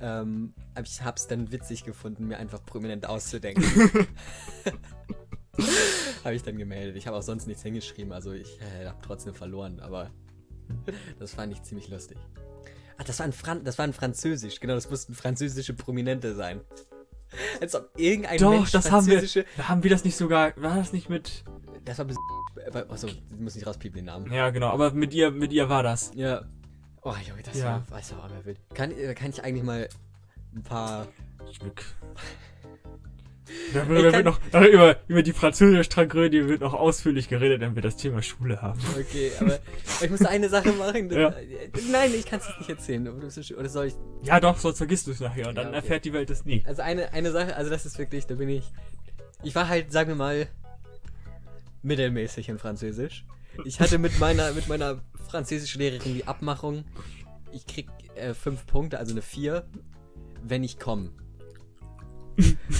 Ähm, aber ich hab's dann witzig gefunden, mir einfach (laughs) prominent auszudenken. habe ich dann gemeldet. Ich habe auch sonst nichts hingeschrieben, also ich äh, habe trotzdem verloren, aber das fand ich ziemlich lustig. Ach, das war ein, Fran das war ein Französisch, genau, das mussten französische Prominente sein. Als ob irgendein Doch, Mensch das haben wir. französische- Haben wir das nicht sogar. War das nicht mit. Das war bis. aber- Achso, ich muss nicht rauspiepen den Namen. Ja, genau, aber mit ihr, mit ihr war das. Ja. Oh, Junge, das Ja. war, das war einmal wild. Kann, äh, kann ich eigentlich mal ein paar. (laughs) Glück. Darüber Ich wird kann- noch, über, über die französische Tragödie wird noch ausführlich geredet, wenn wir das Thema Schule haben. Okay, aber ich muss eine Sache machen. Ja. Nein, ich kann es nicht erzählen. Oder so- Oder soll ich. Ja, doch, sonst vergisst du es nachher und Ja, dann okay. erfährt die Welt es nie. Also eine, eine Sache, also das ist wirklich, da bin ich. Ich war halt, sagen wir mal, mittelmäßig in Französisch. Ich hatte mit meiner, mit meiner Französischlehrerin die Abmachung, ich krieg äh, fünf Punkte, also eine vier, wenn ich komme.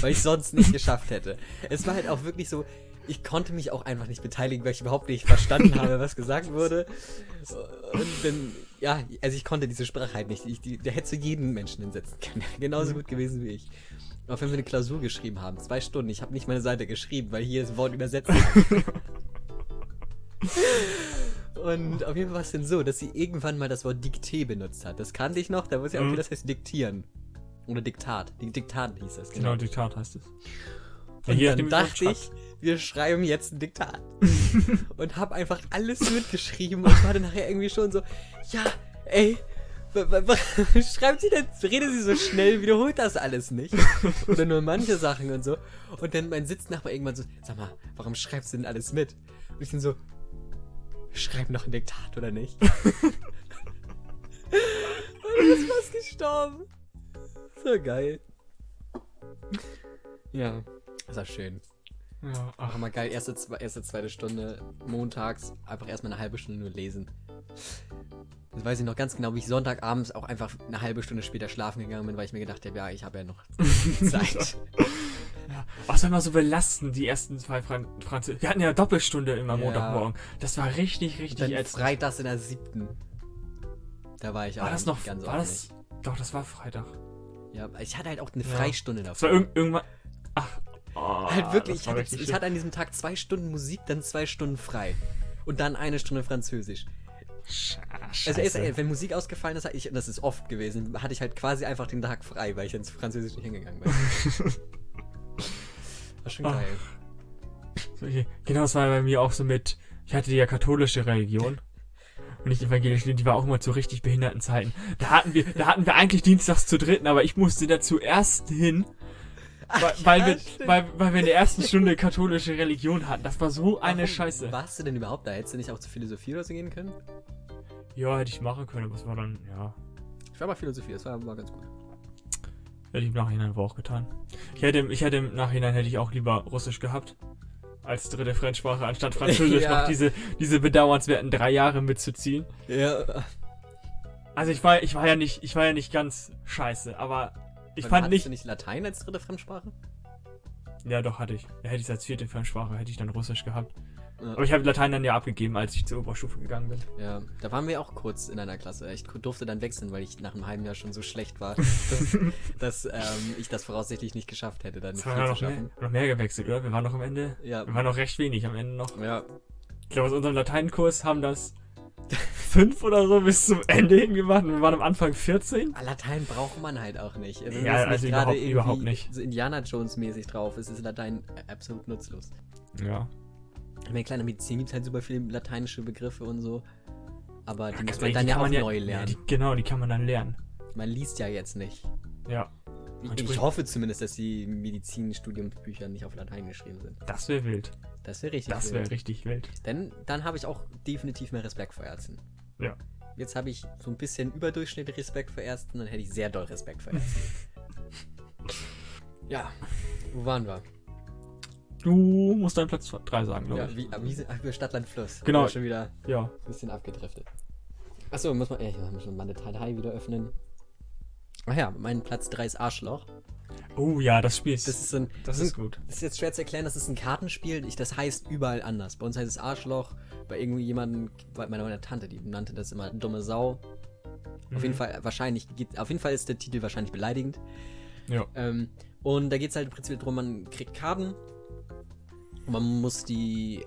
weil ich sonst nicht geschafft hätte. Es war halt auch wirklich so, ich konnte mich auch einfach nicht beteiligen, weil ich überhaupt nicht verstanden habe, was gesagt wurde. Und dann, ja, also ich konnte diese Sprache halt nicht. Ich, die, da hättest du jeden Menschen hinsetzen können. Genauso gut gewesen wie ich. Auch wenn wir eine Klausur geschrieben haben, zwei Stunden, ich habe nicht meine Seite geschrieben, weil hier das Wort übersetzt Und auf jeden Fall war es denn so, dass sie irgendwann mal das Wort Dikté benutzt hat. Das kannte ich noch, da wusste ich, Mhm. okay, das heißt Diktieren. Oder Diktat. Di- Diktat hieß das, Genau, genau. Diktat heißt es. Ja, Und je nachdem, dann wie man dachte ich, wir schreiben jetzt ein Diktat. (laughs) und habe einfach alles mitgeschrieben und war dann nachher irgendwie schon so, ja, ey, wa- wa- wa- (laughs) schreibt sie denn, redet sie so schnell, wiederholt das alles nicht. Oder nur manche Sachen und so. Und dann mein Sitznachbar irgendwann so, sag mal, warum schreibst du denn alles mit? Und ich dann so, schreib noch ein Diktat oder nicht? (laughs) und du bist fast gestorben. So geil. Ja, das war schön. schreibt. Ja, Auch ach, immer geil, erste, zwe- erste, zweite Stunde montags, einfach erstmal eine halbe Stunde nur lesen. Das weiß ich noch ganz genau, wie ich Sonntagabends auch einfach (laughs) eine halbe Stunde später schlafen gegangen bin, weil ich mir gedacht habe, ja, ich habe ja noch Zeit. ja. Was war immer so belastend, die ersten zwei Fran Franz. Wir hatten ja Doppelstunde immer Ja. Montagmorgen. Das war richtig, Und richtig dann ätzend. freitags in der siebten. Da war ich auch War das noch. ganz War ordentlich. das. Doch, das war Freitag. Ja, ich hatte halt auch eine Ja. Freistunde davon. Das war irg irgendwann. Ach. Oh, Halt wirklich, ich das war hatte, richtig ich schlimm. hatte an diesem Tag zwei Stunden Musik, dann zwei Stunden frei. Und dann eine Stunde Französisch. Sch- ah, Also, Scheiße. erst, wenn Musik ausgefallen ist, hatte ich, und das ist oft gewesen, hatte ich halt quasi einfach den Tag frei, weil ich ins Französisch nicht hingegangen (laughs) bin. War schon Ach. geil. So, ich- Genau, das war bei mir auch so mit. Ich hatte ja katholische Religion. Und nicht evangelisch, die war auch immer zu richtig behinderten Zeiten. Da hatten wir, da hatten wir eigentlich dienstags zu dritten, aber ich musste da zuerst hin, weil, weil, ja, wir, stimmt. weil, weil wir in der ersten Stunde katholische Religion hatten. Das war so eine Warum Scheiße. Warst du denn überhaupt da? Hättest du nicht auch zur Philosophie oder so gehen können? Ja, hätte ich machen können, aber es war dann, ja. Ich war mal Philosophie, das war, war ganz gut. Hätte ich im Nachhinein aber auch getan. Ich hätte, ich hätte im Nachhinein hätte ich auch lieber Russisch gehabt. Als dritte Fremdsprache, anstatt (laughs) Französisch Ja. noch diese, diese bedauernswerten drei Jahre mitzuziehen. Ja, Also ich war, ich war ja nicht, ich war ja nicht ganz scheiße, aber ich fand Hast nicht. du nicht Latein als dritte Fremdsprache? Ja, doch hatte ich. Ja, hätte ich es als vierte Fremdsprache, hätte ich dann Russisch gehabt. Ja. Aber ich habe Latein dann ja abgegeben, als ich zur Oberstufe gegangen bin. Ja, da waren wir auch kurz in einer Klasse. Ich durfte dann wechseln, weil ich nach einem halben Jahr schon so schlecht (laughs) war, dass, dass ähm, ich das voraussichtlich nicht geschafft hätte, dann Jetzt viel haben wir zu noch mehr, schaffen. noch mehr gewechselt, oder? Wir waren noch am Ende. Ja, Wir waren noch recht wenig am Ende noch. ja, Ich glaube, aus unserem Lateinkurs haben das fünf oder so bis zum Ende hingemacht. Wir waren am Anfang 14. Latein braucht man halt auch nicht. Wenn Ja, man es also gerade überhaupt- irgendwie überhaupt nicht. So Indiana Jones mäßig drauf ist, ist Latein absolut nutzlos. Ja. Ich meine, kleiner Medizin gibt halt super viele lateinische Begriffe und so. Aber die muss Ganz ehrlich, man dann also die ja kann auch man neu lernen. die, genau, die kann man dann lernen. man liest ja jetzt nicht. Ja, Man Ich, ich spricht- hoffe zumindest, dass die Medizinstudiumsbücher nicht auf Latein geschrieben sind. das wäre wild. Das wäre richtig. Das wild. wäre richtig wild. Denn dann habe ich auch definitiv mehr Respekt vor Ärzten. Ja. Jetzt habe ich so ein bisschen überdurchschnittlich Respekt vor Ärzten, dann hätte ich sehr doll Respekt (laughs) vor Ärzten. ja. Wo waren wir? Du musst deinen Platz 3 sagen, glaube Ja, wie, ah, wie sind, ach, über Stadtland Fluss. Genau. Bin ja Schon wieder ich. Ja. ein bisschen abgedriftet. Achso, muss man. Ey, ich muss schon meine Datei wieder öffnen. Ach ja, mein Platz 3 ist Arschloch. Oh ja, das Spiel ist. Das ist ein. das ist gut. Das ist jetzt schwer zu erklären, das ist ein Kartenspiel, ich, das heißt überall anders. Bei uns heißt es Arschloch, bei irgendwie jemandem, bei meiner, meiner Tante, die nannte das immer dumme Sau. Auf jeden Fall, wahrscheinlich, geht, auf jeden Fall ist der Titel wahrscheinlich beleidigend. Ja. Ähm, und da geht es halt im Prinzip darum, man kriegt Karten und man muss die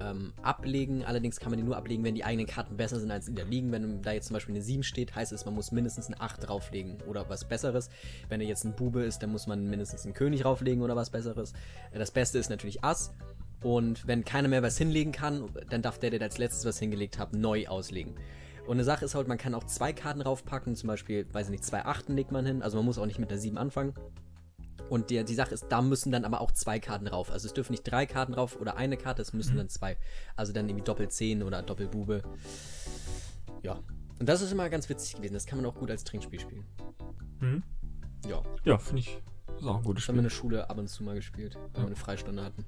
ähm, ablegen. Allerdings kann man die nur ablegen, wenn die eigenen Karten besser sind als die da liegen. Wenn da jetzt zum Beispiel eine 7 steht, heißt es, man muss mindestens eine 8 drauflegen oder was Besseres. Wenn da jetzt ein Bube ist, dann muss man mindestens einen König drauflegen oder was Besseres. Äh, Das Beste ist natürlich Ass. Und wenn keiner mehr was hinlegen kann, dann darf der, der als letztes was hingelegt hat, neu auslegen. Und eine Sache ist halt, man kann auch zwei Karten draufpacken, zum Beispiel, weiß ich nicht, zwei Achten legt man hin, also man muss auch nicht mit einer 7 anfangen. Und die, die Sache ist, da müssen dann aber auch zwei Karten drauf. Also es dürfen nicht drei Karten drauf oder eine Karte, es müssen dann zwei. Also dann irgendwie Doppelzehn oder Doppelbube. Ja. Und das ist immer ganz witzig gewesen. Das kann man auch gut als Trinkspiel spielen. Mhm. Ja. Ja, finde ich. Ist auch ein gutes Das haben wir in Spiel. der Schule ab und zu mal gespielt, wenn wir eine Freistunde hatten.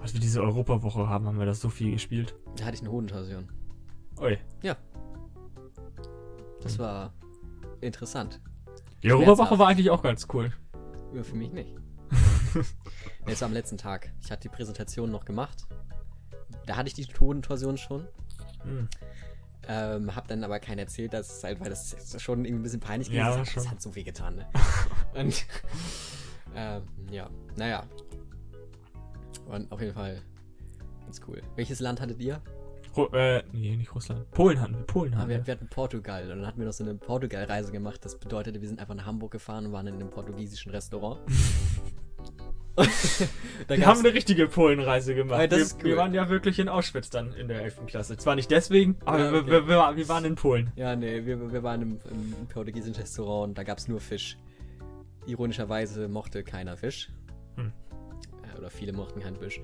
Als wir diese Europawoche haben, haben wir das so viel gespielt. Da hatte ich eine Hodentation. Ui. Das war interessant. Die Europawoche Schmerzhaft. war eigentlich auch ganz cool. Ja, für (laughs) mich nicht. Es war am letzten Tag. Ich hatte die Präsentation noch gemacht. Da hatte ich die Hodentorsion schon. Mhm. Ähm, hab dann aber keinen erzählt, dass es halt, weil das ist schon irgendwie ein bisschen peinlich Ja, gewesen ist. schon. Das hat so weh (laughs) getan, ne? Und, (laughs) ähm, ja, naja. Und auf jeden Fall ganz cool. Welches Land hattet ihr? Ru äh, nee, nicht Russland. Polen hatten wir. Polen Ah, hatten wir. wir, wir hatten Portugal und dann hatten wir noch so eine Portugal-Reise gemacht. Das bedeutete, wir sind einfach nach Hamburg gefahren und waren in einem portugiesischen Restaurant. (laughs) da Wir gab's- haben eine richtige Polenreise gemacht. Ey, das wir, ist cool. wir waren ja wirklich in Auschwitz dann in der 11. Klasse. Zwar nicht deswegen, aber Ja, okay. wir, wir, wir, waren- wir waren in Polen. Ja, nee, wir, wir waren im, im portugiesischen Restaurant und da gab es nur Fisch. Ironischerweise mochte keiner Fisch. Hm. Äh, Oder viele mochten keinen Fisch.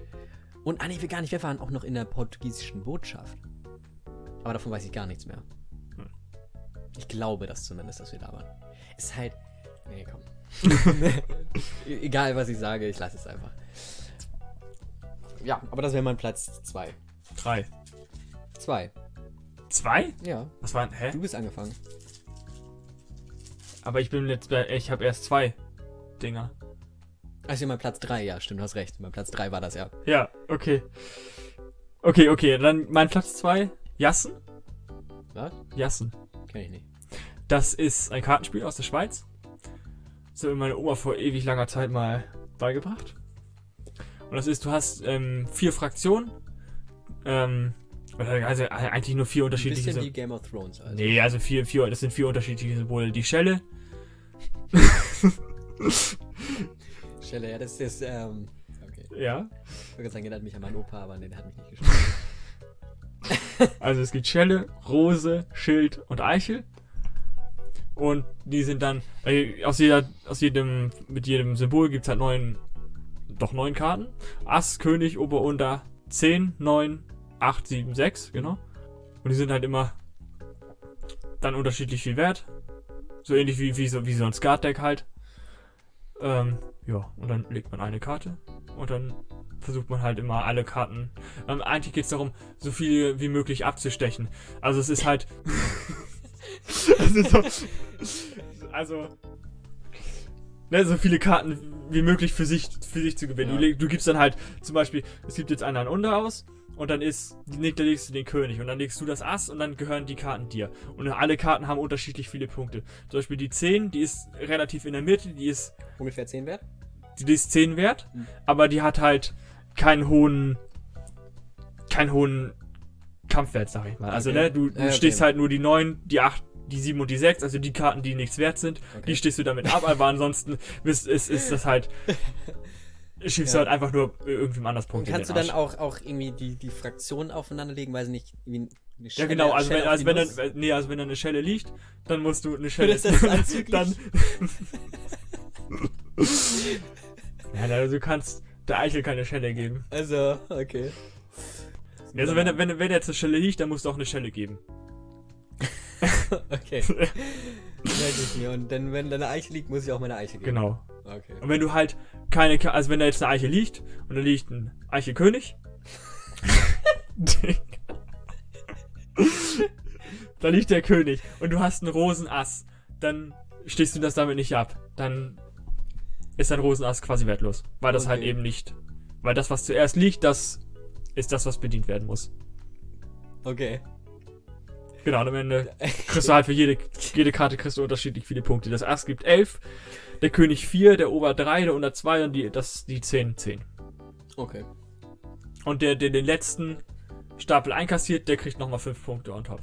Und, ah nee, wir gar nicht, wir waren auch noch in der portugiesischen Botschaft. Aber davon weiß ich gar nichts mehr. Hm. Ich glaube das zumindest, dass wir da waren. Ist halt. Nee, (laughs) komm. E- Egal, was ich sage, ich lasse es einfach. Ja, aber das wäre mein Platz 2. Drei. 2, Zwei? ja. Was waren? Hä? Du bist angefangen. Aber ich bin jetzt bei. Ich habe erst zwei Dinger. Also mein Platz 3, ja, stimmt, du hast recht. Mein Platz 3 war das, ja. Ja, okay. Okay, okay, dann mein Platz 2, Jassen. Was? Jassen. Kenn ich nicht. Das ist ein Kartenspiel aus der Schweiz. Das hat mir meine Oma vor ewig langer Zeit mal beigebracht. Und das ist, du hast ähm, vier Fraktionen. Ähm, also eigentlich nur vier Ein unterschiedliche bisschen Sym- wie Game of Thrones, also. Nee, also vier, vier, das sind vier unterschiedliche Symbole. Die Schelle. Stelle, ja, das ist, ähm. Okay. Ja. Ich würde sagen, erinnert mich an meinen Opa, aber nee, der hat mich nicht (laughs) geschafft. Also es gibt Schelle, Rose, Schild und Eichel. Und die sind dann, äh, aus jeder, aus jedem, mit jedem Symbol gibt es halt neun, doch neun Karten. Ass, König, Ober, Unter, 10, 9, 8, 7, 6, genau. Und die sind halt immer dann unterschiedlich viel wert. So ähnlich wie, wie, so, wie so ein Skatdeck halt. Ähm, ja, und dann legt man eine Karte und dann versucht man halt immer alle Karten. Ähm, eigentlich geht es darum, so viel wie möglich abzustechen. Also es ist halt. (laughs) es ist so, also. Ne, so viele Karten wie möglich für sich, für sich zu gewinnen. Ja. Du, leg- du gibst dann halt zum Beispiel, es gibt jetzt einen an Unter aus und dann ist, leg- da legst du den König und dann legst du das Ass und dann gehören die Karten dir. Und alle Karten haben unterschiedlich viele Punkte. Zum Beispiel die 10, die ist relativ in der Mitte, die ist Ungefähr 10 wert? die ist 10 wert, Mhm. aber die hat halt keinen hohen, keinen hohen Kampfwert, sag ich mal. Also, Okay. ne, du, du Ja, okay. stichst halt nur die 9, die 8, die 7 und die 6, also die Karten, die nichts wert sind, die Okay. stichst du damit ab, aber (laughs) ansonsten ist, ist, ist das halt, schiebst Ja. du halt einfach nur irgendwem anders Punkte. Und in kannst du den dann Arsch. auch, auch irgendwie die, die Fraktionen aufeinander legen, weiß ich nicht, wie eine Ja, Schelle- genau, also Schelle wenn, auf also, die wenn Nuss? dann, nee, also wenn dann eine Schelle liegt, dann musst du eine Schelle. Findest du das anzüglich? (laughs) dann. (laughs) ja, also du kannst der Eichel keine Schelle geben. Also, okay. (laughs) Also wenn, er- wenn, er- wenn er zur Schelle liegt, dann musst du auch eine Schelle geben. Okay. (laughs) Merke ich mir. Und dann, wenn da eine Eiche liegt, muss ich auch meine Eiche geben. Genau. Okay. Und wenn du halt keine, Ka- also wenn da jetzt eine Eiche liegt und da liegt ein Eichelkönig, (laughs) da liegt der König und du hast einen Rosenass, dann stichst du das damit nicht ab. Dann ist dein Rosenass quasi wertlos, weil das halt Okay. eben nicht, weil das was zuerst liegt, das ist das, was bedient werden muss. Okay. (laughs) Genau, und am Ende kriegst du halt für jede, jede Karte kriegst du unterschiedlich viele Punkte. Das Ass gibt 11, der König 4, der Ober 3, der Unter 2 und die, das, die 10, 10. Okay. Und der, der den letzten Stapel einkassiert, der kriegt nochmal 5 Punkte on top.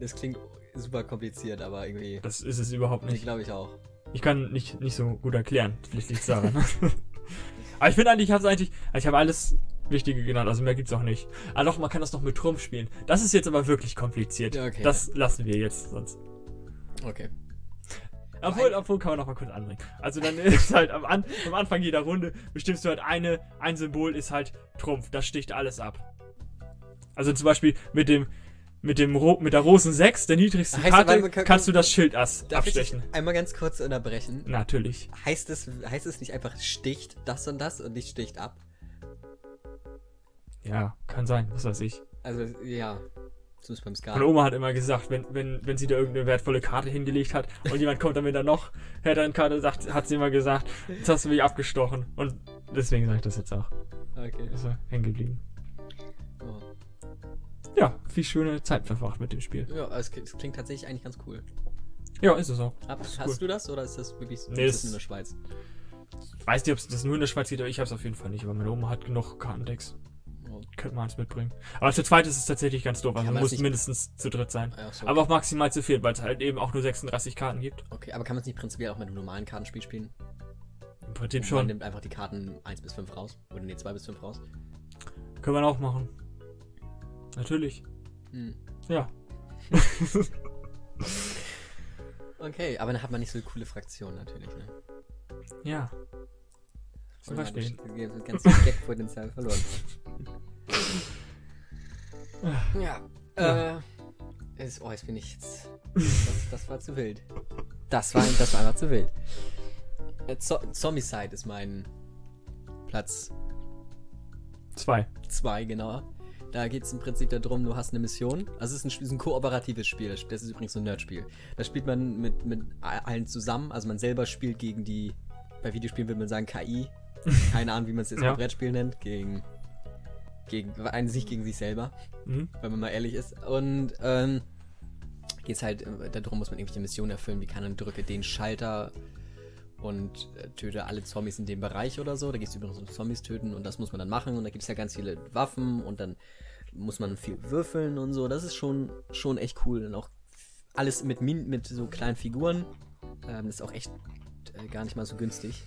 Das klingt super kompliziert, aber irgendwie. Das ist es überhaupt Ich nicht. glaube ich auch. Ich kann nicht, nicht so gut erklären, vielleicht liegt's daran. (laughs) (laughs) Aber ich finde eigentlich, ich habe eigentlich, ich habe alles Wichtige genannt, also mehr gibt's auch nicht. Ah doch, man kann das noch mit Trumpf spielen. Das ist jetzt aber wirklich kompliziert. Ja, okay. Das lassen wir jetzt sonst. Okay. Obwohl, obwohl kann man noch mal kurz anbringen. Also (laughs) dann ist halt am, An am Anfang jeder Runde bestimmst du halt eine, ein Symbol ist halt Trumpf, das sticht alles ab. Also zum Beispiel mit dem, mit dem Ro mit der Rosen 6, der niedrigsten Heißt, Karte, aber- kann- kannst du das Schildass Darf abstechen. ich dich einmal ganz kurz unterbrechen? Natürlich. Heißt es, heißt es nicht einfach sticht das und das und nicht sticht ab? Ja, kann sein, was weiß ich. Also, ja. Zumindest beim Skat. Meine Oma hat immer gesagt, wenn, wenn, wenn sie da irgendeine wertvolle Karte hingelegt hat und jemand kommt damit dann noch, hätte eine Karte, sagt, hat sie immer gesagt, jetzt hast du mich abgestochen. Und deswegen sage ich das jetzt auch. Okay. Ist er hängen geblieben. Oh. Ja, viel schöne Zeit verbracht mit dem Spiel. Ja, es klingt, es klingt tatsächlich eigentlich ganz cool. Ja, ist es auch. Hab, hast cool. du das oder ist das wirklich Nee, ist es- das in der Schweiz? Ich weiß nicht, ob es das nur in der Schweiz gibt, aber ich habe es auf jeden Fall nicht. Aber meine Oma hat genug Kartendecks. Oh. Könnte man eins mitbringen. Aber zu zweit ist es tatsächlich ganz doof. Also Kann man man das muss nicht- mindestens zu dritt sein. Ja, so. Aber auch maximal zu viert, weil es halt eben auch nur 36 Karten gibt. okay, aber kann man es nicht prinzipiell auch mit einem normalen Kartenspiel spielen? Im Prinzip Man schon. nimmt einfach die Karten 1 bis 5 raus. Oder nee, 2 bis 5 raus. Können wir auch machen. Natürlich. Hm. Ja. Okay, aber dann hat man nicht so coole Fraktionen natürlich, ne? Ja. Zum Beispiel. Ganz Gag-Potenzial verloren. (laughs) ja. Äh, es- oh, jetzt bin ich jetzt. Das, das war zu wild. Das war, das war einfach zu wild. Äh, Zo Zombicide ist mein Platz Zwei. 2, genau. Da geht es im Prinzip darum, du hast eine Mission. Also es ist ein, Spiel- es ist ein kooperatives Spiel. Das- Das ist übrigens so ein Nerdspiel. Da (laughs) spielt man mit, mit a- allen zusammen. Also man selber spielt gegen die, bei Videospielen würde man sagen KI, keine Ahnung, wie man es jetzt Ja. im Brettspiel nennt, gegen, gegen einen Sieg gegen sich selber, Mhm. wenn man mal ehrlich ist. Und ähm, geht es halt äh, darum, muss man irgendwelche Missionen erfüllen, wie kann man drücke den Schalter und äh, töte alle Zombies in dem Bereich oder so. Da geht es übrigens um Zombies töten und das muss man dann machen. Und da gibt es ja ganz viele Waffen und dann muss man viel würfeln und so. Das ist schon, schon echt cool. Und auch alles mit, Min mit so kleinen Figuren. Ähm, das ist auch echt äh, gar nicht mal so günstig.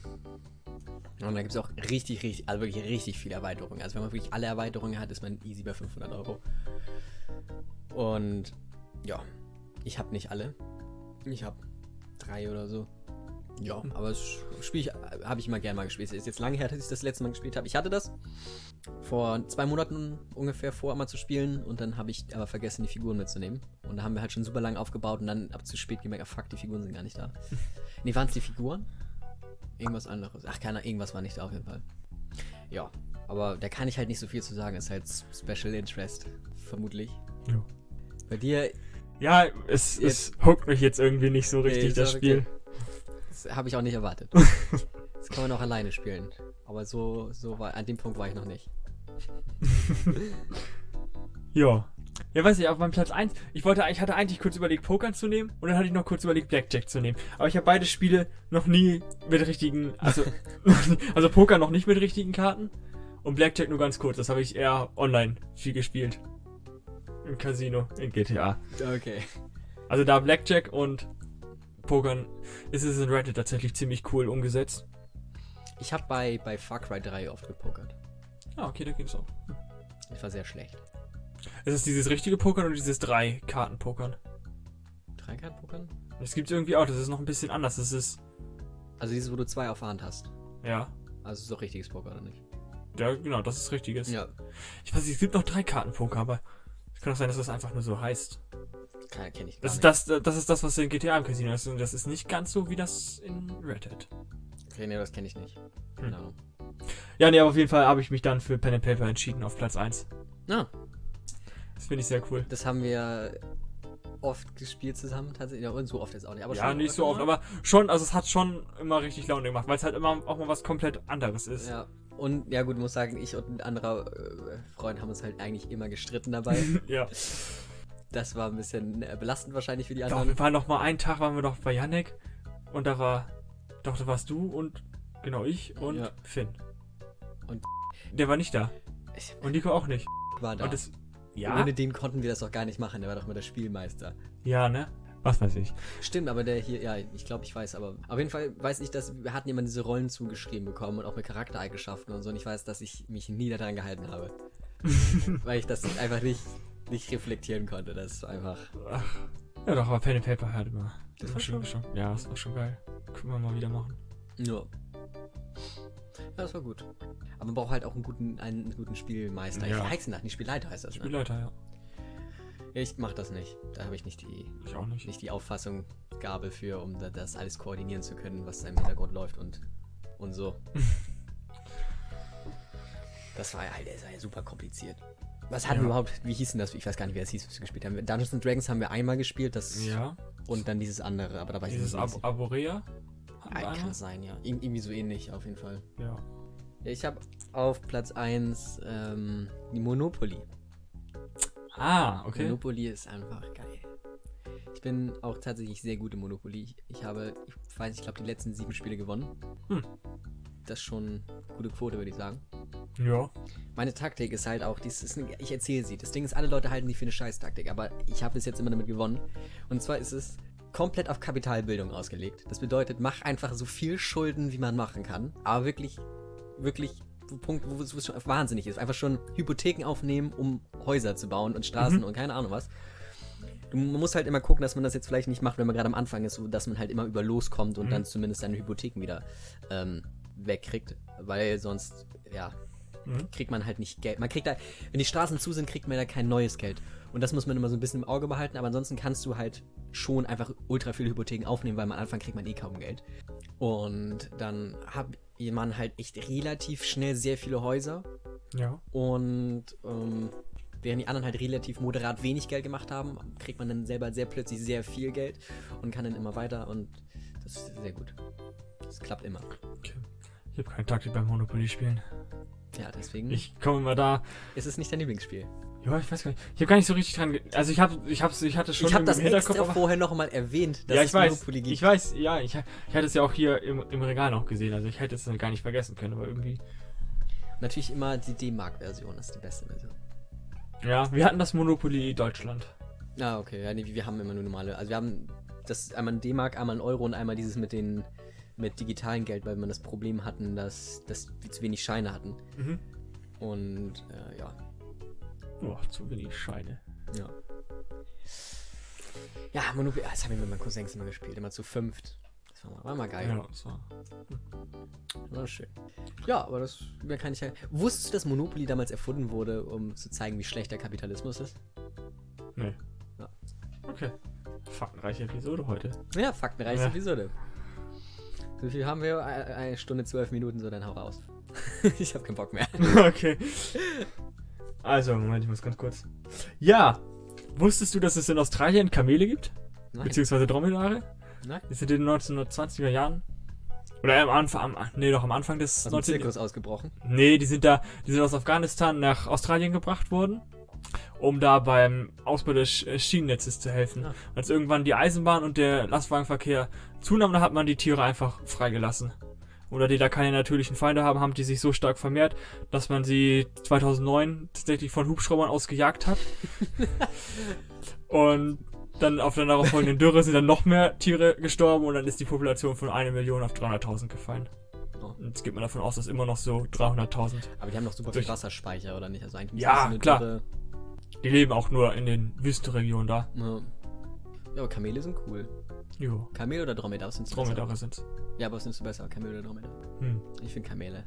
Und da gibt es auch richtig, richtig, also wirklich richtig viele Erweiterungen. Also wenn man wirklich alle Erweiterungen hat, ist man easy bei 500 Euro. Und ja, ich habe nicht alle. Ich habe drei oder so. Ja, Hm, aber das Spiel ich, habe ich immer gerne mal gespielt. Es ist jetzt lange her, dass ich das letzte Mal gespielt habe. Ich hatte das vor zwei Monaten ungefähr vor, mal zu spielen. Und dann habe ich aber vergessen, die Figuren mitzunehmen. Und da haben wir halt schon super lange aufgebaut und dann ab zu spät gemerkt, ah, fuck, die Figuren sind gar nicht da. nee, waren es die Figuren? Irgendwas anderes. Ach, keiner, irgendwas war nicht da auf jeden Fall. Ja, aber da kann ich halt nicht so viel zu sagen. Ist halt Special Interest, vermutlich. Ja. Bei dir Ja, es, es hookt mich jetzt irgendwie nicht so richtig, ist das auch Spiel. okay. Das habe ich auch nicht (laughs) erwartet. das kann man auch alleine spielen. Aber so, so war, an dem Punkt war ich noch nicht. Ja. Ja, weiß ich, auf meinem Platz 1. Ich wollte, ich hatte eigentlich kurz überlegt, Pokern zu nehmen und dann hatte ich noch kurz überlegt, Blackjack zu nehmen. Aber ich habe beide Spiele noch nie mit richtigen, also, noch nie- also Poker noch nicht mit richtigen Karten und Blackjack nur ganz kurz. Das habe ich eher online viel gespielt. Im Casino, in GTA. Okay. Also da Blackjack und Pokern ist es in Reddit tatsächlich ziemlich cool umgesetzt. Ich habe bei, bei Far Cry 3 oft gepokert. Ah, okay, da geht's auch. Ich war sehr schlecht. Es ist dieses richtige Pokern und dieses drei Karten Pokern. Drei Karten pokern? Das gibt's irgendwie auch, das ist noch ein bisschen anders. Das ist Also dieses, wo du zwei auf der Hand hast. ja, Also ist doch richtiges Poker, oder nicht? ja genau, das ist richtiges. Ja. Ich weiß nicht, es gibt noch drei Karten Poker, aber es kann auch sein, dass das einfach nur so heißt. Klar, kenne ich gar Das ist nicht. das, das ist das, was in GTA im Casino ist und das ist nicht ganz so wie das in Red Hat. Okay, nee, das kenne ich nicht. Keine Hm. Ahnung. Ja, nee, aber auf jeden Fall habe ich mich dann für Pen and Paper entschieden auf Platz 1. Ah, Das finde ich sehr cool. das haben wir oft gespielt zusammen. Tatsächlich. Ja, und so oft jetzt auch nicht. Aber ja, schon ne? nicht so oft, öfter mal. aber schon, also es hat schon immer richtig Laune gemacht, weil es halt immer auch mal was komplett anderes ist. Ja. Und ja, gut, muss sagen, ich und ein anderer äh, Freund haben uns halt eigentlich immer (laughs) gestritten dabei. ja. Das war ein bisschen äh, belastend wahrscheinlich für die Doch, anderen. wir waren noch mal einen Tag waren wir doch bei Yannick und da war doch da warst du und genau ich und Ja. Finn. Und- der war nicht da Ich und Nico auch nicht. war da. Und das Und ja ohne den konnten wir das auch gar nicht machen. Der war doch immer der Spielmeister. ja, ne? Was weiß ich. Stimmt, aber der hier, ja, ich glaube, ich weiß, aber auf jeden Fall weiß ich, dass wir hatten immer diese Rollen zugeschrieben bekommen und auch mit Charaktereigenschaften und so. Und ich weiß, dass ich mich nie daran (laughs) gehalten habe. weil ich das einfach nicht, nicht reflektieren konnte. Das ist einfach. Ach. Ja doch, aber Pen and Paper halt immer. Das war schon- schon. Ja, ist auch schon geil. Können wir mal wieder machen. Ja. Ja, das war gut. Aber man braucht halt auch einen guten, einen guten Spielmeister. Ja. Ich heiße nach, nicht Spielleiter heißt das. Ne? Spielleiter, ja. Ich mach das nicht. Da habe ich nicht die Ich auch nicht. nicht die Auffassung, Gabe für, um da- das alles koordinieren zu können, was da im Hintergrund läuft und, und so. (laughs) das war ja halt das war ja super kompliziert. Was hatten Ja. wir überhaupt, wie hieß denn das? Ich weiß gar nicht, wie das hieß, was wir gespielt haben. Dungeons and Dragons haben wir einmal gespielt, das Ja. und dann dieses andere, aber da weiß Dieses ich nicht. Ab wie das Aborea. hieß. Ah, kann sein, ja. Ir irgendwie so ähnlich auf jeden Fall. Ja. Ja, ich habe auf Platz 1 ähm, die Monopoly. Ah, okay. Monopoly ist einfach geil. Ich bin auch tatsächlich sehr gut im Monopoly. Ich, ich habe, ich weiß, ich glaube, die letzten sieben Spiele gewonnen. Hm. Das ist schon eine gute Quote, würde ich sagen. Ja. Meine Taktik ist halt auch, dies ist eine, ich erzähle sie. Das Ding ist, alle Leute halten die für eine Scheißtaktik, aber ich habe bis jetzt immer damit gewonnen. Und zwar ist es komplett auf Kapitalbildung ausgelegt. Das bedeutet, mach einfach so viel Schulden, wie man machen kann. Aber wirklich, wirklich, wo- Punkt, wo es wo es schon wahnsinnig ist. Einfach schon Hypotheken aufnehmen, um Häuser zu bauen und Straßen und keine Ahnung was. Du, man muss halt immer gucken, dass man das jetzt vielleicht nicht macht, wenn man gerade am Anfang ist, so dass man halt immer über loskommt und Mhm. dann zumindest seine Hypotheken wieder ähm, wegkriegt. Weil sonst, ja, Mhm. kriegt man halt nicht Geld. Man kriegt da, wenn die Straßen zu sind, kriegt man da kein neues Geld. Und das muss man immer so ein bisschen im Auge behalten, aber ansonsten kannst du halt schon einfach ultra viele Hypotheken aufnehmen, weil am Anfang kriegt man eh kaum Geld. Und dann hat jemand halt echt relativ schnell sehr viele Häuser Ja. und ähm, während die anderen halt relativ moderat wenig Geld gemacht haben, kriegt man dann selber sehr plötzlich sehr viel Geld und kann dann immer weiter und das ist sehr gut. Das klappt immer. Okay. Ich habe keine Taktik beim Monopoly spielen. Ja, deswegen Ich komme immer da. ist es nicht dein Lieblingsspiel. Ja, ich weiß gar nicht. Ich habe gar nicht so richtig dran. ge- Also ich habe, ich hab's, ich hatte schon ich habe im das Hinterkopf. extra aber- vorher nochmal erwähnt, dass ja, es ich weiß. Monopoly gibt. Ich weiß, ja, ich, ich hatte es ja auch hier im, im Regal noch gesehen. Also ich hätte es dann gar nicht vergessen können, aber irgendwie. Natürlich immer die D-Mark-Version ist die beste Version. Ja, wir hatten das Monopoly Deutschland. Ah, okay. Ja, nee, wir haben immer nur normale. Also wir haben das einmal ein D-Mark, einmal ein Euro und einmal dieses mit den mit digitalen Geld, weil wir das Problem hatten, dass, dass wir zu wenig Scheine hatten. Mhm. Und äh, ja. Boah, Oh, zu wenig Scheine. Ja. Ja, Monopoly, ah, das haben wir mit meinen Cousins immer gespielt, immer zu fünft. Das war mal, war mal geil. Ja, so. Das war schön. Ja, aber das mehr kann ich ja. Wusstest du, dass Monopoly damals erfunden wurde, um zu zeigen, wie schlecht der Kapitalismus ist? Nee. Ja. Okay. Faktenreiche Episode heute. (laughs) Ja, faktenreiche Ja. Episode. So viel haben wir, Ein- eine Stunde, zwölf Minuten, so dann hau raus. (laughs) ich hab keinen (laughs) Bock mehr. okay. Also, Moment, ich muss ganz kurz. Ja! Wusstest du, dass es in Australien Kamele gibt? Nein. Beziehungsweise Dromedare? Nein. Die sind in den 1920er Jahren. Oder am Anfang, am, nee, doch am Anfang des Aus dem 19. Zirkus ausgebrochen. Nee, die sind da, die sind aus Afghanistan nach Australien gebracht worden, um da beim Ausbau des Sch- äh, Schienennetzes zu helfen. Ah. Als irgendwann die Eisenbahn und der Lastwagenverkehr zunahm, da hat man die Tiere einfach freigelassen. Oder die da keine natürlichen Feinde haben, haben die sich so stark vermehrt, dass man sie 2009 tatsächlich von Hubschraubern aus gejagt hat. und dann auf der darauffolgenden Dürre sind dann noch mehr Tiere gestorben und dann ist die Population von 1 Million auf 300.000 gefallen. Oh. Und Jetzt geht man davon aus, dass immer noch so 300.000 Aber die haben doch super viel Durch- Wasserspeicher, oder nicht? Also eigentlich müsste Ja, das eine klar. Dürre- Die leben auch nur in den Wüstenregionen da. Ja. ja, aber Kamele sind cool. Jo. Kamele oder Dromedar? Was findest du Dromedare sind's. besser? Ja, aber was findest du besser? Kamele oder Dromedar? Hm. Ich finde Kamele.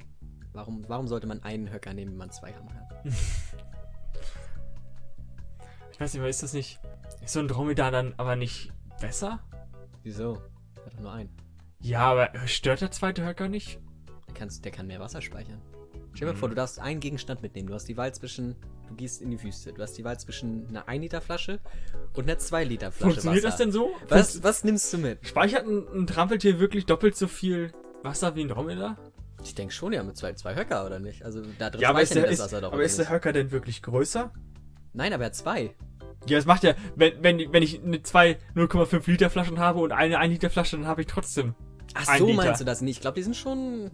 Warum, warum sollte man einen Höcker nehmen, wenn man zwei haben kann? Ich weiß nicht, aber ist das nicht. Ist so ein Dromedar dann aber nicht besser? Wieso? Er hat doch nur einen. Ja, aber stört der zweite Höcker nicht? Der, kannst, der kann mehr Wasser speichern. Stell dir mal Mhm. vor, du darfst einen Gegenstand mitnehmen. Du hast die Wahl zwischen. Du gehst in die Wüste. Du hast die Wahl zwischen einer 1-Liter-Flasche und einer 2-Liter-Flasche. Funktioniert das Wasser. denn so? Was, was nimmst du mit? Speichert ein, ein Trampeltier wirklich doppelt so viel Wasser wie ein Dromedar? Ich denke schon, ja, mit zwei, zwei Höcker, oder nicht? Also, da drin Ja, aber ist, speichern die der, das ist, Wasser doch. aber oder ist der nicht? Höcker denn wirklich größer? Nein, aber er hat zwei. Ja, das macht ja. Wenn, wenn, wenn ich eine zwei 0,5 Liter Flaschen habe und eine 1 Liter Flasche, dann habe ich trotzdem. Ach Ein so, Liter. meinst du das nicht? Ich glaube, die sind schon.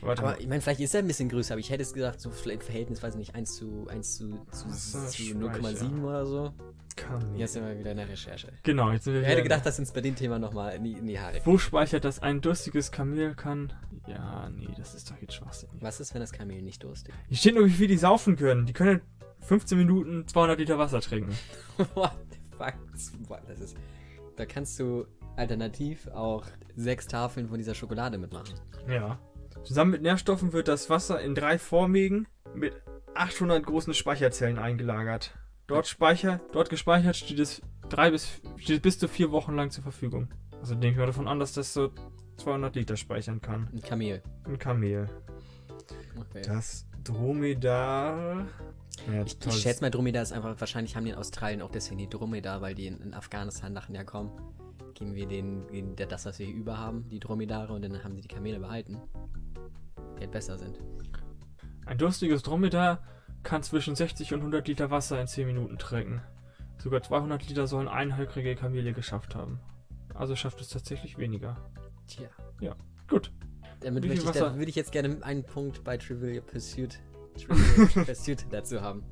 Warte Aber ich meine, vielleicht ist er ein bisschen größer, aber ich hätte es gesagt, so vielleicht Verhältnisweise nicht 1 zu 1 zu, zu, Das ist zu schweich, 0,7 oder so. Kann nicht. Jetzt sind wir wieder in der Recherche. Genau, jetzt sind wir Ich wieder- hätte gedacht, dass wir uns bei dem Thema nochmal in, die- in die Haare. Wo speichert das ein durstiges Kamel kann? Ja, nee, das ist doch jetzt schwachsinnig. Was ist, wenn das Kamel nicht durstig Hier steht nur, wie viel die saufen können. Die können 15 Minuten 200 Liter Wasser trinken. ist? (laughs) What the fuck? Boah, Das ist, da kannst du alternativ auch sechs Tafeln von dieser Schokolade mitmachen. Ja. Zusammen mit Nährstoffen wird das Wasser in drei Vormägen mit 800 großen Speicherzellen eingelagert. Dort, speicher, dort gespeichert steht es, drei bis, steht es bis zu vier Wochen lang zur Verfügung. Also nehme ich mal davon an, dass das so 200 Liter speichern kann. Ein Kamel. Ein Kamel. Okay. Das Dromedar... Ja, Ich, ich tolles- schätze mal, Dromedar ist einfach, wahrscheinlich haben die in Australien auch deswegen die Dromedar, weil die in, in Afghanistan dachten, ja komm, geben wir denen, denen der- das, was wir hier über haben, die Dromedare und dann haben sie die Kamele behalten. Die halt besser sind. Ein durstiges Dromedar kann zwischen 60 und 100 Liter Wasser in 10 Minuten trinken. Sogar 200 Liter sollen einhöckrige Kamele geschafft haben. Also schafft es tatsächlich weniger. Tja. Gut. Damit Wie viel würde ich, da, Wasser- würde ich jetzt gerne einen Punkt bei Trivial (laughs) Pursuit, Trivial Pursuit dazu haben.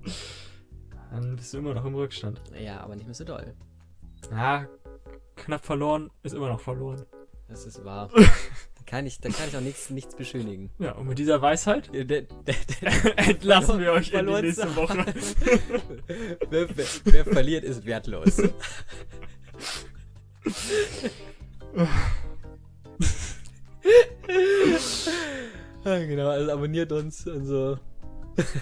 Dann bist du immer noch im Rückstand. Ja, aber nicht mehr so doll. Ja, knapp verloren ist immer noch verloren. Das ist (laughs) wahr. Da kann ich, da kann ich auch nichts, nichts beschönigen. Ja, und mit dieser Weisheit (laughs) Der, der, (laughs) der, entlassen wir euch in die (laughs) Verloren nächste zu- Woche. (laughs) wer, wer, wer verliert, ist (laughs) wertlos. ja, genau, also abonniert uns und so.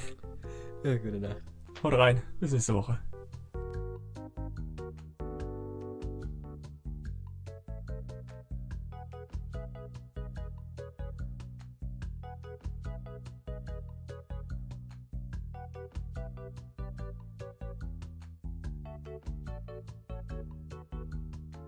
(laughs) ja, gute Nacht. Haut rein. Bis nächste Woche.